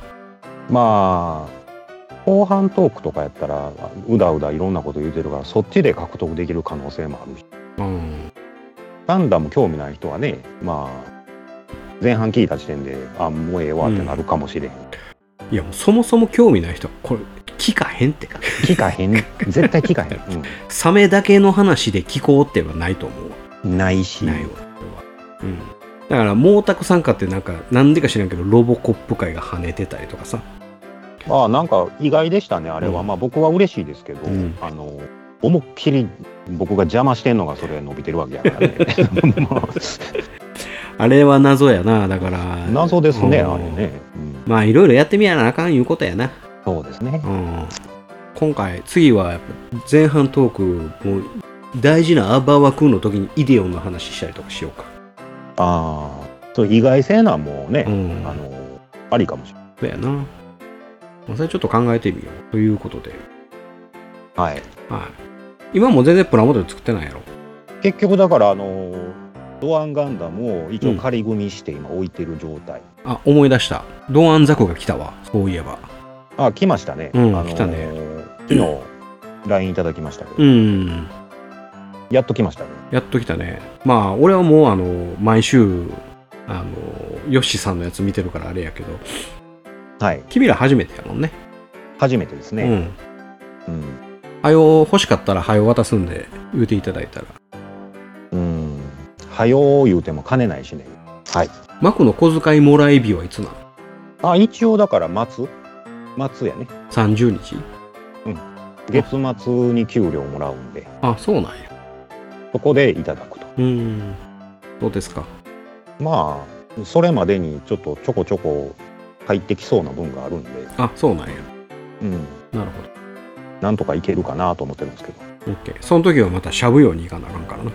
まあ後半トークとかやったらうだうだいろんなこと言うてるからそっちで獲得できる可能性もあるし
うん
ガンダム興味ない人はねまあ前半聞いた時点であもうええわってなるかもしれへん、
いやもうそもそも興味ない人はこれ聞かへんって
聞かへん絶対聞かへ
[laughs]
ん、
サメだけの話で聞こうってはないと思うわ
うんないし
ないわこれはうんだから毛沢さんかってなんかなんでか知らんけどロボコップ界が跳ねてたりとかさ
ああなんか意外でしたねあれは、
うん
まあ僕は嬉しいですけど、
うん
あの思いっきり僕が邪魔してんのがそれ伸びてるわけやから
[laughs]
ね [laughs] ま
あれは謎やな、だから。
あ謎ですね
うん
あれね、うん
まあ、いろいろやってみやなあかんいうことやな。
そうですね
うん。今回、次はやっぱ前半トーク、もう大事なアバワ君の時にイデオンの話したりとかしようか。
ああそう意外性なんもうね、
うん。
あの、ありかもしれない。
そうやな。まあそれちょっと考えてみよう。ということで。
はい。
はい。今も全然プラモデル作ってないやろ。
結局だから、あの、ドアンガンダムを一応仮組みして今置いてる状態。
あ、思い出した。ドアンザコが来たわ。そういえば。
あ、来ましたね。
うん
あの
来たね。
昨日、LINE いただきましたけど、
うん。
やっと来ましたね。
やっと来たね。まあ、俺はもう、あの、毎週、あの、ヨッシーさんのやつ見てるからあれやけど、
はい。
君ら初めてやもんね。
初めてです
う
ね。
ん。
うん。
はよ欲しかったらはよ渡すんで、言うていただいたら。
うん。はよう言うても兼ねないしね。はい。
マクの小遣いもらい日はいつなの
あ、一応だから、末末やね。
?30 日
月末に給料もらうんで、
あ、そうなんや。
そこでいただくと。
うーん。どうですか
まあ、それまでにちょっとちょこちょこ入ってきそうな分があるんで、
あ、そうなんや。
うん。
なるほど。
なんとかいけるかなと思ってるんですけど
オッケー。その時はまたしゃぶように行かなあかんからな。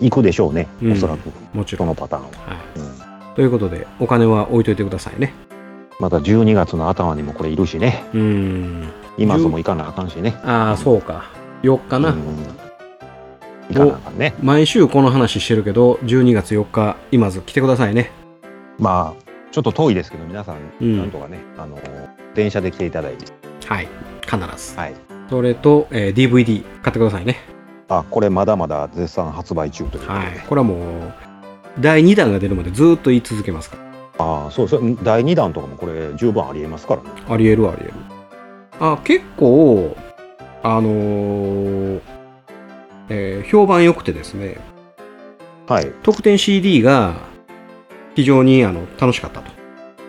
行くでしょうね、
うん
おそらく
もちろ
こ
ん。は
のパターンは、
い。
うん
ということで、お金は置いといてくださいね。
また12月の頭にもこれいるしね
うーん。
今すも行かなあかんしね
ああ、そうか。4日な。
うん行かなあかんね
毎週この話してるけど、12月4日、今ず来てくださいね。
まあちょっと遠いですけど皆さん、
うん
なんとかねあの電車で来ていただいて
はい。必ず。
はい
それと、えー DVD 買ってくださいね。
あこれまだまだ絶賛発売中ということで、
はい、これはもう第2弾が出るまでずっと言い続けますから
ああそうそう第2弾とかもこれ十分ありえますからね
ありえるありえるあ結構あのーえー評判良くてですね
はい
特典 CD が非常にあの楽しかったと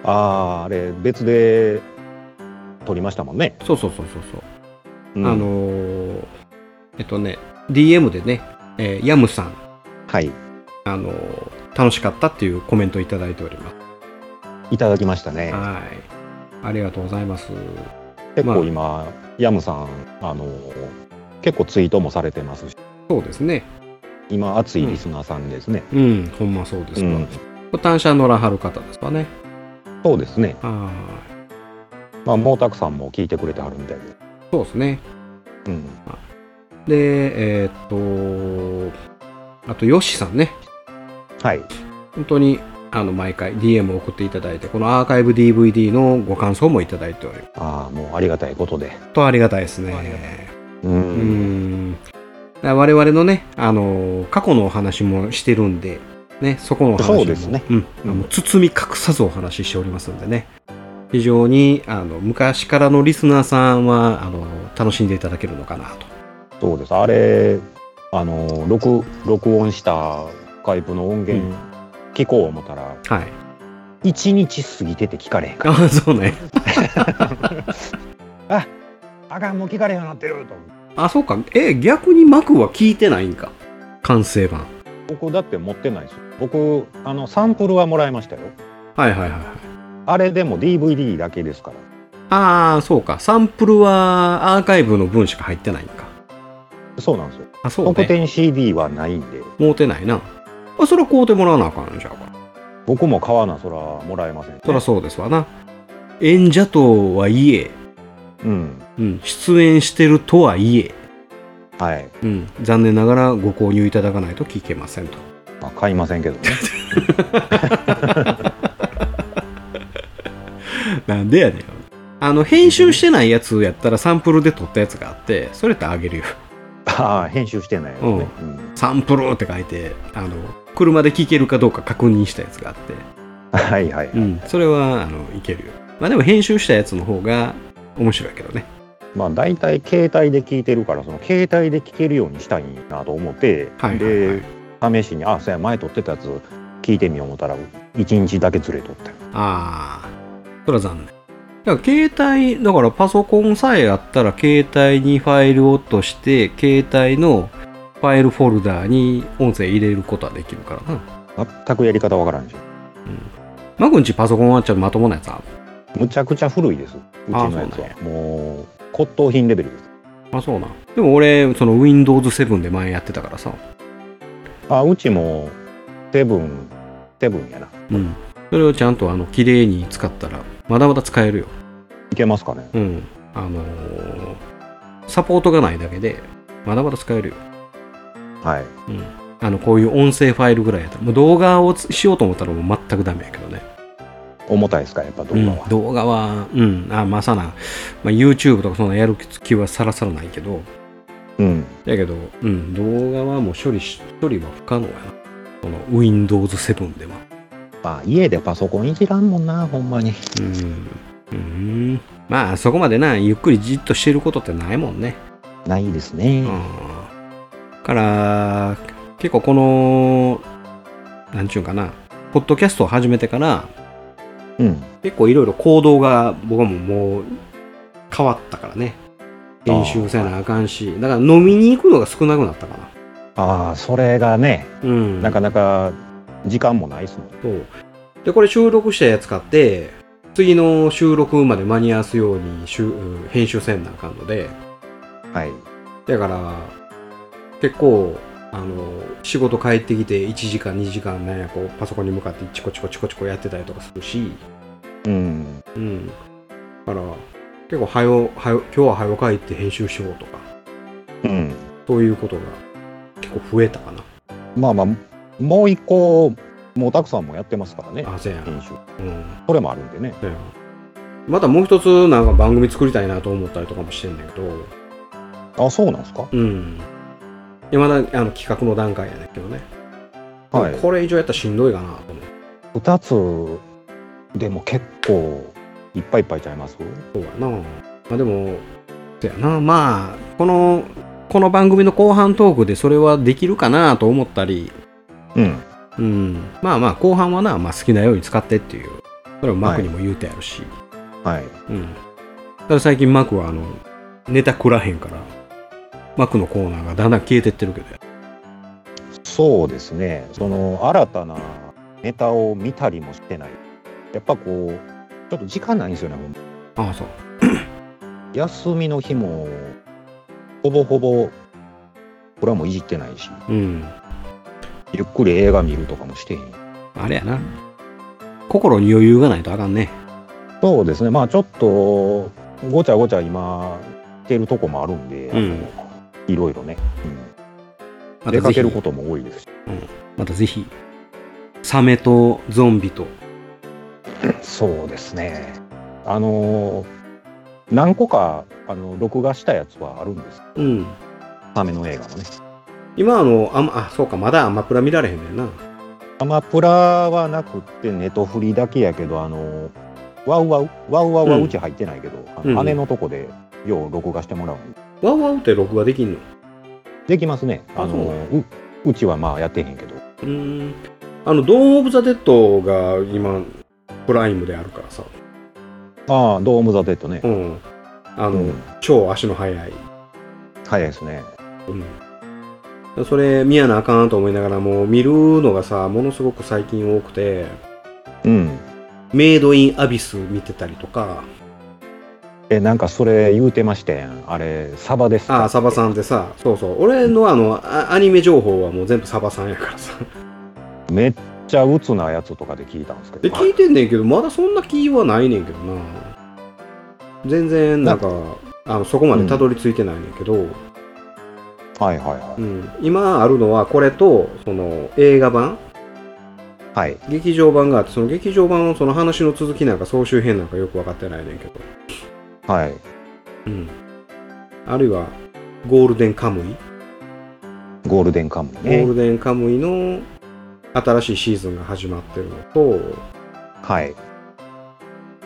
あああれ別で撮りましたもんね、
そうそうそうそうそう、
うん
あのーえっとね DM でね、えーヤムさん
はい。
あの楽しかったっていうコメントをいただいております。
いただきましたね。
はい。ありがとうございます。
結構今、ヤムさん、あの、結構ツイートもされてますし、
そうですね。
今、熱いリスナーさんですね。
うん、ほんまそうです
う
わ。
ん。
これ単車乗らはる方ですかね。
そうですね。
は
まあ、毛沢さんも聞いてくれてはるみたいで。
い。そうですね。
うん。
で、えーっと、あと、ヨッシーさんね。
はい。
本当に、あの、毎回 DM を送っていただいて、このアーカイブ DVD のご感想もいただいております。
ああ、もうありがたいことで。
本当ありがたいですね。
う。
うんん。だから我々のね、あの、過去のお話もしてるんで、ね、そこのお話も
そうですね
うん、あ
うん
の包み隠さずお話ししておりますんでね。非常に、あの、昔からのリスナーさんは、あの、楽しんでいただけるのかなと。
そうです。あれ、あの、録録音したカイプの音源、
う
聞こう思ったら、
はい。
1日過ぎてて聞かれへんから。
あ、そうね。
あかん、もう聞かれへんようになってると思って。
あ、そうか。え、逆に幕は聞いてないんか。完成版。
僕だって持ってないですよ。僕、あの、サンプルはもらいましたよ。
はいはいはい。
あれでも DVD だけですから。
ああ、そうか。サンプルはアーカイブの分しか入ってないんか。
そうなんですよ。
あ、そう
特
ね。
典 CD はないんで、
持てないな。あ、そら買うてもらわなあかんじゃうか。
僕も買わなそらもらえません、
そらそうですわな。演者とはいえ、
うん。
うん、出演してるとはいえ、
はい。
うん、残念ながらご購入いただかないと聞けませんと。 [laughs]
まあ、買いませんけどね。
なんでやねん。あの、編集してないやつやったらサンプルで撮ったやつがあって、それってあげるよ。
ああ、編集してないやつね。うん [laughs]
サンプルって書いて、あの、車で聴けるかどうか確認したやつがあって、
はいはい。
うん、それは、あの、いけるよ。まあでも編集したやつの方が面白いけどね。
まあ、大体携帯で聞いてるから、その携帯で聞けるようにしたいなと思って、
はいはいはい
で、試しに、あ、そうや、前撮ってたやつ聞いてみよう思ったら、1日だけずれとって。
ああ、それは残念。だから携帯、だからパソコンさえあったら携帯にファイルを落として、携帯のファイルフォルダーに音声入れることはできるからな。
全くやり方わからんでしょ。
マグんちパソコンはちょっとまともなやつあ
むちゃくちゃ古いです。うちのやつ
そうな
は。もう、骨董品レベルです。
るあ、そうなん。でも俺、その Windows 7で前やってたからさ。
あ、うちも、セブン、セブンやな。
うん。それをちゃんとあの、綺麗に使ったら、まだまだ使えるよ。
いけますかね。
うん。あのーサポートがないだけで、まだまだ使えるよ。
はい。
あの、こういう音声ファイルぐらいやったら、もう動画をつしようと思ったらもう全くダメやけどね。
重たいですか、やっぱ動画は。
うん動画は、うん、あ、まあさな、まあ、YouTube とかそんなやる気はさらさらないけど、
うん。
だけど、うん、動画はもう処理し、処理は不可能やな。この Windows 7では。
まあ、家でパソコンいじらんもんな、ほんまに。
うん。うん。まあ、そこまでな、ゆっくりじっとしてることってないもんね。
ないですね。
うんから結構このなんちゅうんかなポッドキャストを始めてから
うん。
結構いろいろ行動が僕はもうもう変わったからね練習せなあかんしだから飲みに行くのが少なくなったかな
ああ、それがね、
うん
なかなか時間もないっすもん。
そうでこれ収録したやつ買って次の収録まで間に合わすようにしゅうん編集せんなあかんので
はい。
だから、結構、あの、仕事帰ってきて1時間2時間ね、こう、パソコンに向かってチコチコチコチコやってたりとかするし、
うん。
うん。だから、結構、はよ、はよ、今日ははよ帰って編集しようとか、
うん。
そういうことが結構増えたかな。
まあまあ、もう一個、もうたくさんもやってますからね。
あ、せやん。
編集。
うん。
それもあるんでね。
せやん。またもう一つなんか番組作りたいなと思ったりとかもしてんだけど、
あ、そうなんすか
うん。いやまだあの企画の段階やねんけどね。
はい
これ以上やったらしんどいかなと思って。
二つ、でも結構、いっぱいいっぱいちゃいます
そうやなまあでもそやなまあこのこの番組の後半トークでそれはできるかなと思ったり
うん。
うんまあまあ後半はな、まあ、好きなように使ってっていうそれをマークにも言うてやるし、
はい。
うんただ最近マークはあのネタくらへんからマークのコーナーがだんだん消えてってるけど
そうですねその新たなネタを見たりもしてないやっぱこうちょっと時間ないんですよねほんま
ああ、そう。
休みの日もほぼほぼこれはもういじってないし
うん。
ゆっくり映画見るとかもしてへん
あれやな。心に余裕がないとあかんね。
そうですね、まあちょっとごちゃごちゃ今、してるとこもあるんで、
うん
いろいろね、うん
また。
出かけることとも多いですし、
またぜひ、サメとゾンビと。
そうですね、あのー何個かあの録画したやつはあるんです、
うん。
サメの映画のね。
今あの、あんま、あ、そうか、まだアマプラ見られへんねんな。
アマプラはなくって、ネトフリだけやけど、あのーワウワウ、ワウワウはうち入ってないけど、あの
うん
姉のとこで、よう録画してもらうんで、
ワウワウって録画できんの
できますね、
そ
あ
う
のーううちはまあやってへんけど。
うーん。あの、ドーン・オブ・ザ・デッドが今、プライムであるからさ。
ああ、ドーム・ザ・デッドね。
うん。あの、
うん
超足の速い。
早いですね。
それ見やなあかんと思いながらもう見るのがさものすごく最近多くて
うん。
メイドインアビス見てたりとか
え、なんかそれ言うてましたやん。あれ、サバですか
ああサバさんってさそうそう俺のあのあアニメ情報はもう全部サバさんやからさ
めっちゃ鬱なやつとかで聞いたんですけ
で
ど。
聞いてんねんけどまだそんな気はないねんけどな全然なんかあのそこまでたどり着いてないねんけど、うん
はいはいはい。
今あるのはこれとその映画版
はい。
劇場版があってその劇場版のその話の続きなんか総集編なんかよく分かってないねんけど
はい。
うん、あるいはゴールデンカムイ、
ゴールデンカムイ
ゴー
ね。
ルデンカムイの新しいシーズンが始まってるのと,、
はい。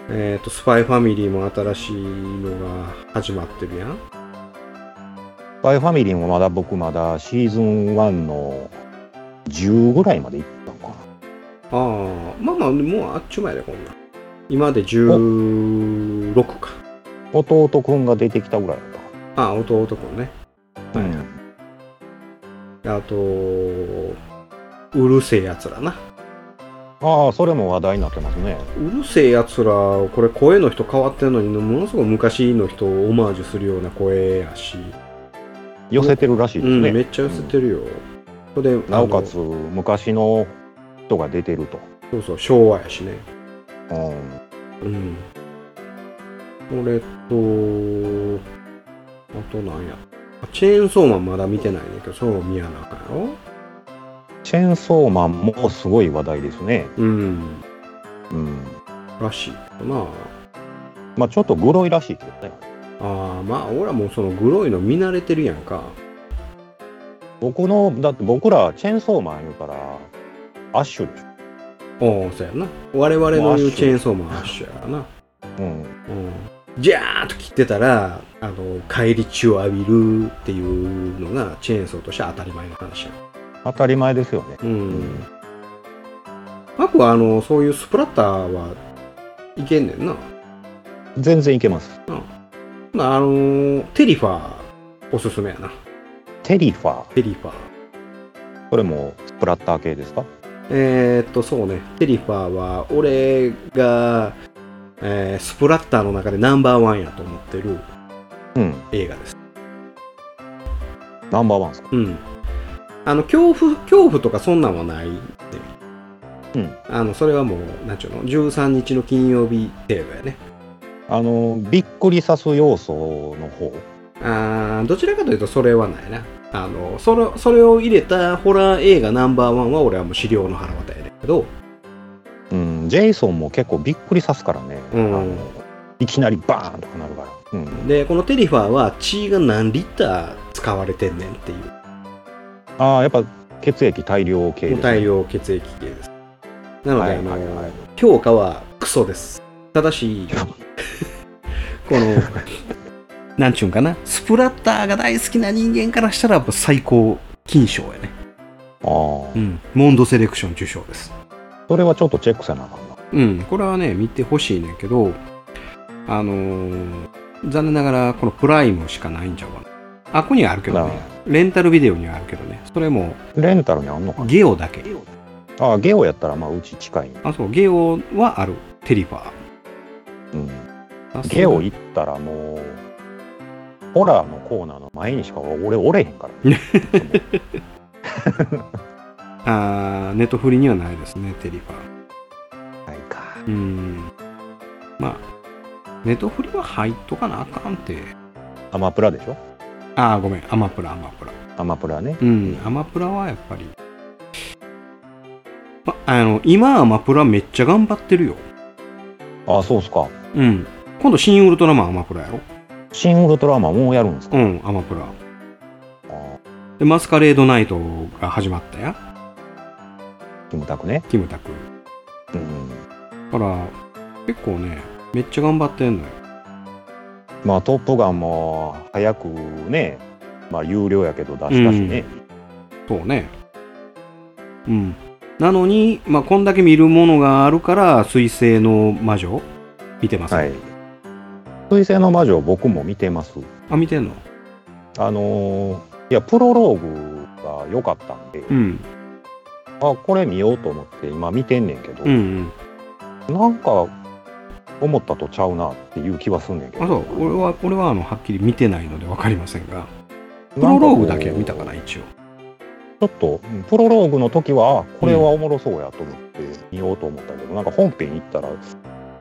えー、とスパイファミリーも新しいのが始まってるやん
スパイファミリーもまだ僕まだシーズン1の10ぐらいまで行ったのか
ああまあまあもうあっちゅう前でこんなん今で16か
な。弟くんが出てきたぐらいだっ
ああ弟くんね
た。
はい
うん
あとうるせえやつらな
ああ、それも話題になってますね。
うるせえやつらこれ声の人変わってんのにものすごい昔の人をオマージュするような声やし
寄せてるらしいです
うん、
ね。
めっちゃ寄せてるよ、それで
なおかつ、
あの
昔の人が出てると。
そうそう昭和やしね
うん
うんそれとあとなんやあチェーンソーマンまだ見てないねんけどそれも見やなあかんやろ
チェーンソーマンもすごい話題ですね。
うん
うん。
らしいかな
まあちょっとグロいらしいけどね。
ああまあ俺はもうそのグロいの見慣れてるやんか
僕の、だって僕らチェーンソーマン言うから、アッシュでし
おおそうやな我々
もう
の
アッ
言う
シュ
チェーンソーマンアッシュやからな
ょ。うん。
うんジャーッと切ってたらあの返り血を浴びるっていうのがチェーンソーとしては当たり前の話や
当たり前ですよね。
うん。マクは、あの、そういうスプラッターはいけんねんな。
全然いけます。
まあ、あの、テリファー、おすすめやな。
テリファー。
テリファー。
これもスプラッター系ですか
えー、っと、そうね。テリファーは、俺が、えースプラッターの中でナンバーワンやと思ってる
うん。
映画です。
ナンバーワンですか
うん。あの、恐怖、恐怖とかそんなんはない。
うん。
あの、それはもう、なんちゅうの、13日の金曜日程度やね。
あの、びっくりさす要素の方。
あーどちらかというとそれはないなあのそれそれを入れたホラー映画ナンバーワンは俺はもう資料の腹渡やねんけど
うん。ジェイソンも結構びっくりさすからね。
うん
あのいきなりバーンとかなるから。うん。
でこのテリファーは血が何リッター使われてんねんっていう
ああ、やっぱ血液大量系で
も
す、ね。
う大量血液系ですなので、
はい
あの
はいはい
評価はクソですただし [laughs] このなんちゅうんかなスプラッターが大好きな人間からしたらやっぱ最高金賞やね、
ああ。
うん、モンドセレクション受賞です
それはちょっとチェックせなあかんな。
うん、これはね、見てほしいねんけど、あのー残念ながら、このプライムしかないんちゃうかな。あ、ここにはあるけどね。レンタルビデオにはあるけどね。それも、
レンタルにあんのか
ゲオだけ。
なあゲオやったらまあうち近い、
あ、そう、ゲオはある。テリファ
うん、
ー。
ゲオ
い
行ったらもうホラーのコーナーの前にしか俺おれへんからね
あーネットフリにはないですね、テリファー。
ないか
うん。まあ、ネットフリは入っとかなあかんて。
アマプラでしょ
あーごめん。アマプラ、アマプラ。
アマプラね
うん。アマプラはやっぱり。ま、あの、今アマプラめっちゃ頑張ってるよ。
あそうっすか
うん。今度、新ウルトラマンアマプラやろ
シン・ウルトラマンもうやるんですか、
うん、アマプラ。
あ
で、マスカレードナイトが始まったや。
キムタクね
キムタク。
うん
だから、結構ね、めっちゃ頑張ってんのよ。
まあトップガンも早くねまあ有料やけど出したしね、
そうね。うん。なのに、まあ、こんだけ見るものがあるから、水星の魔女見てます、
はい水星の魔女僕も見てます
あ、見てんの
あのーいやプロローグが良かったんで、
うん。
あこれ見ようと思って今見てんねんけど、
うんうん。
なんか思ったとちゃうなっていう気はすんねんけど
あ、そう。俺は、俺は、あの、はっきり見てないので分かりませんが、プロローグだけは見たかな、
なんこ
一応。
うちょっとうんプロローグの時はあこれはおもろそうやと思って見ようと思ったけど、なんか本編行ったら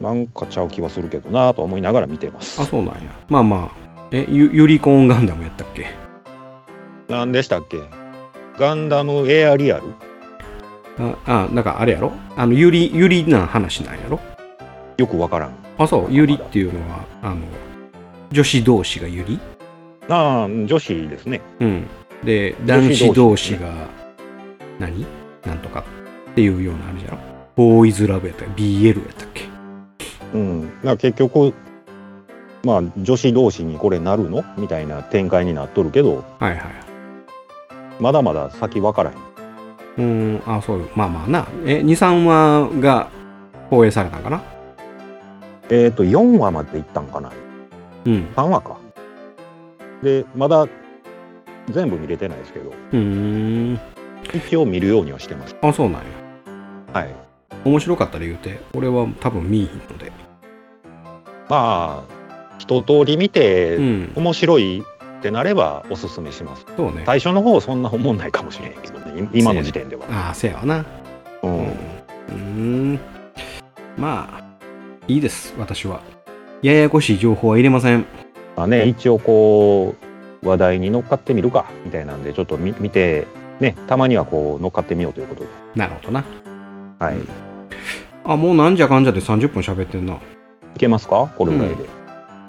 なんかちゃう気はするけどなと思いながら見てます
あ、そうなんや。まあまあ。え、ユユリコーンガンダムやったっけ
何でしたっけガンダムエアリアル
あ、あ、なんかあれやろあの、ユリ、ユリな話なんやろ
よくわからん
あ、そう。ユリっていうのは、あの、女子同士がユリ
ああ女子ですね
うん、で
女
男
子
子
同
同
士
士
ね
が何なんとかっていうようなあれじゃろボーイズラブやったっけ BL やったっけ
うん、だから結局、まあ、女子同士にこれなるのみたいな展開になっとるけど
はいはい
まだまだ先分からへん
うーんあそうまあまあなえ23話が放映されたんかな
えっ、と4話までいったんかな
うん
3話かでまだ全部見れてないですけど
うーん
一応見るようにはしてます
あそうなんや
はい
面白かったら言うて俺は多分見いひんので
まあ一通り見て、
うん
面白いってなればおすすめします
そうね
最初の方そんな思んないかもしれんけどねい今の時点では、
ああせやわな
う
うんんうーんまあいいです私はややこしい情報は入れません
まあね、一応こう話題に乗っかってみるかみたいなんでちょっと見見て、ね、たまにはこう乗っかってみようということで、
なるほどな
はい、
うん
い
あもうなんじゃかんじゃで30分喋ってんな
けますかこれぐらいで、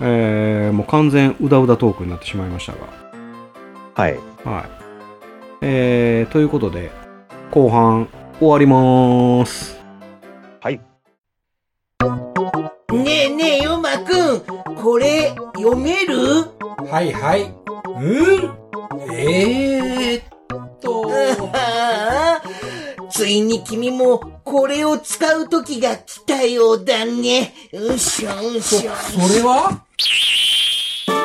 えーもう完全うだうだトークになってしまいました
はい
が。はい。えーということで、後半終わりまーす。
ねえねえ、ヨマくん、これ、読める [laughs]
はいはい。うんえーっと。
ああついに君も、これを使う時が来たようだね。うしょう
そ、そ
し
れ
ょ。
は
老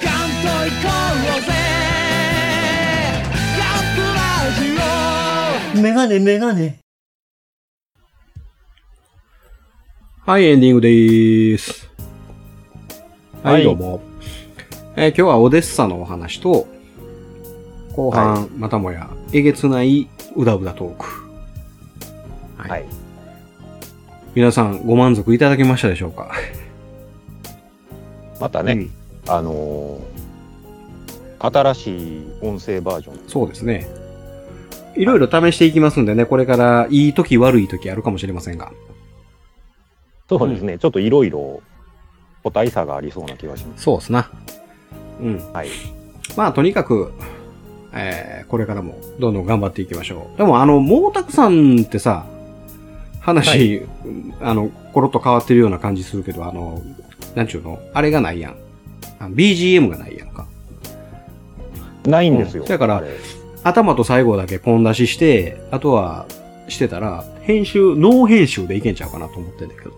眼鏡メガネメガネ。
はい、エンディングでーす。はい、
はい
どうも。えー今日はオデッサのお話と、後半、またもや、えげつないうだうだトーク。はい
はい
皆さん、ご満足いただけましたでしょうか
またね、
うん
あのー新しい音声バージョン
そうですね。いろいろ試していきますんでね、これからいい時悪い時あるかもしれませんが。
そうですね、ちょっといろいろ個体差がありそうな気がします
そうですな。うん。
はい
まあ、とにかく、えーこれからもどんどん頑張っていきましょう。でも、あの、毛沢さんってさ、
は
話、あの、コロッと変わってるような感じするけど、あの、なんちゅうのあれがないやん。あの BGM がないやんか。
ないんですよ、
うんだから
あれ
頭と最後だけポン出しして、あとはしてたら、編集、ノー編集でいけんちゃうかなと思ってんだけど。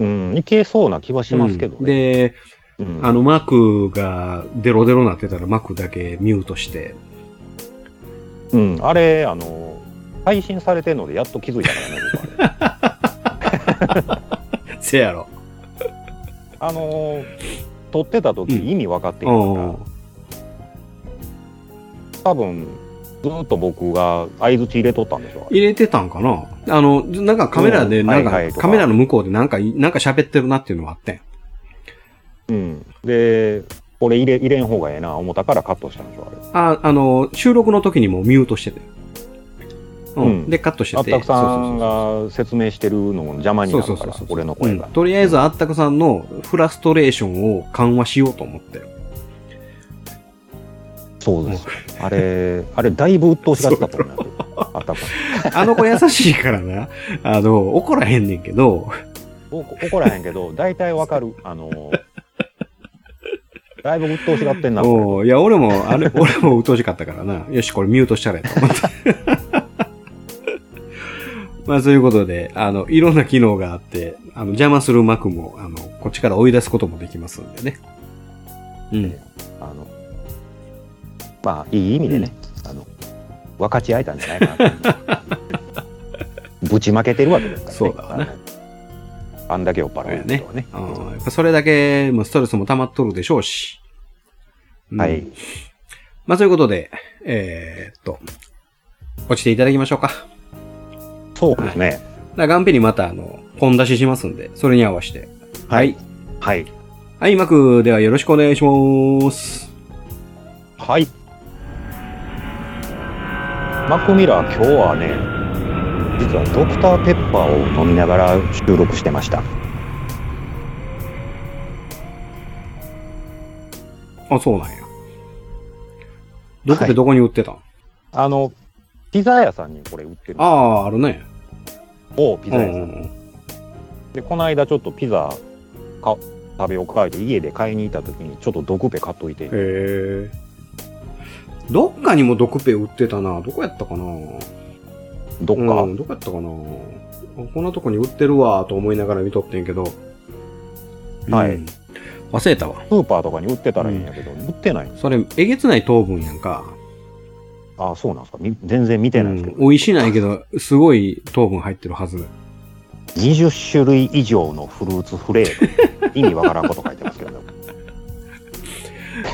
うん、いけそうな気はしますけど
うん
ね。
で、
うん
あの、マクがデロデロなってたらマクだけミュート
[laughs]
して、
うん、あれ、あの、配信されてるので、やっと気づいたからね、僕
[laughs]
あれ。
せやろ。
あの、撮ってた時
うん
意味分かっていたから、
うん。
多分、ずっと僕が相槌入れとったんでしょう。
入れてたんかなあの、なんかカメラで、
うん
なんか、
はいはいとか
カメラの向こうでなんか、なんか喋ってるなっていうのはあってん。
うん。で、これ入れ入れん方がええな、思ったからカットしたんでしょう、あれ。
あ、あの、収録の時にもうミュートしてて。うん。
うん
で、カットして。
あってたくさん
そう
が説明してるのも邪魔に
そ
な
うそ
る
うそ
か
うそう
ら
そう、
俺の
そうそう
声
うん
が。
とりあえず、あったくさんのフラストレーションを緩和しようと思って。
そうです。あれ、あれ、だいぶ鬱陶しがってた
[laughs]
と思うよ。あったくさん。
あの子優しいからな。 [laughs] あの、怒らへんねんけど、
お怒らへんけど、大体わかる。あのー、だいぶ鬱陶しがってんな、これ。
おいや、俺も、
[laughs]
あれ、俺も鬱陶しかったからな。よし、これミュートしたらやと思って。 [laughs] まあ、そういうことで、あの、いろんな機能があって、あの、邪魔する幕も、あの、こっちから追い出すこともできますんでね。うん。
あの、まあ、いい意味でね、あの、分かち合えたんじゃないか
[laughs]
なと。ぶちまけてるわけですからね。
そうだわな
あのあんだけ酔っ払う人はね。
あのやっぱそれだけ、もうストレスも溜まっとるでしょうし。うん
はい。
まあ、そういうことで、えーっと、落ちていただきましょうか。
そうですね。
だからガンペにまた、あの、本出ししますんで、それに合わせて。はい。
はい。
はい、マクではよろしくお願いします。
はい。マックミラー、今日はね、実はドクターペッパーを飲みながら収録してました。
あ、そうなんや。どこ
は
で
い
どこに売ってたん、
あの、ピザ屋さんにこれ売ってる
あ。あ、あるね。
某ピザ屋さ。
うんん
で、この間ちょっとピザか食べようかって家で買いに行った時にちょっと毒ペ買っといて
へ、え。どっかにもドクペ売ってたな。どこやったかな
どっか、
うん、どこやったかなあこんなとこに売ってるわと思いながら見とってんけど。
はい
うん忘れたわ。
スーパーとかに売ってたらいいんやけど、売ってないんです
それ、えげつない糖分やんか。
ああ、そうなんですか。み全然見てないんですけ
う
ど
ん、美味しないけど、すごい糖分入ってるは
[laughs]
ず。
20種類以上のフルーツフレー
[laughs]
バー。意味わからんこと書いてますけど、ね、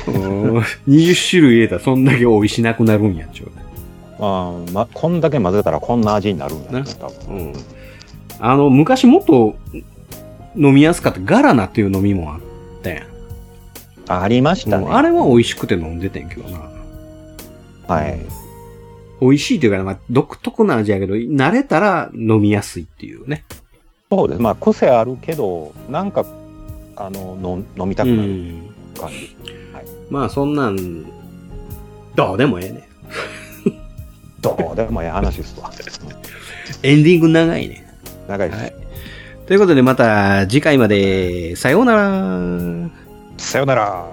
うん20種類入れたらそんだけ美味しなくなるんやっちゅう。
あーま、こんだけ混ぜたらこんな味になるんやね、
ね
多分。
うんあの、昔もっと飲みやすかったガラナっていう飲みもあってん、
ありましたね。
あれは美味しくて飲んでてんけどな。
はい。
美味しいというか、まあ、独特な味やけど、慣れたら飲みやすいっていうね。
そうです。まあ、癖あるけど、なんか、あの、の飲みたくなる感じ。
まあ、そんなん、どうでもええね。
どうでもええ話で
[laughs]
すわ。
エンディング長いね。
長いです。
はいということで、また次回まで、さようなら。
さよなら。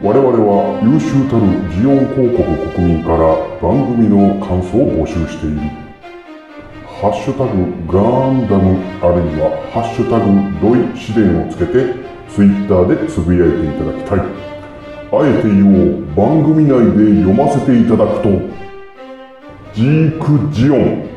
我々は優秀たるジオン広告国民から番組の感想を募集している「ハッシュタグガンダム」あるいは「ハッシュタグロイ試練」をつけてツイッターでつぶやいていただきたいあえて言おう番組内で読ませていただくとジークジオン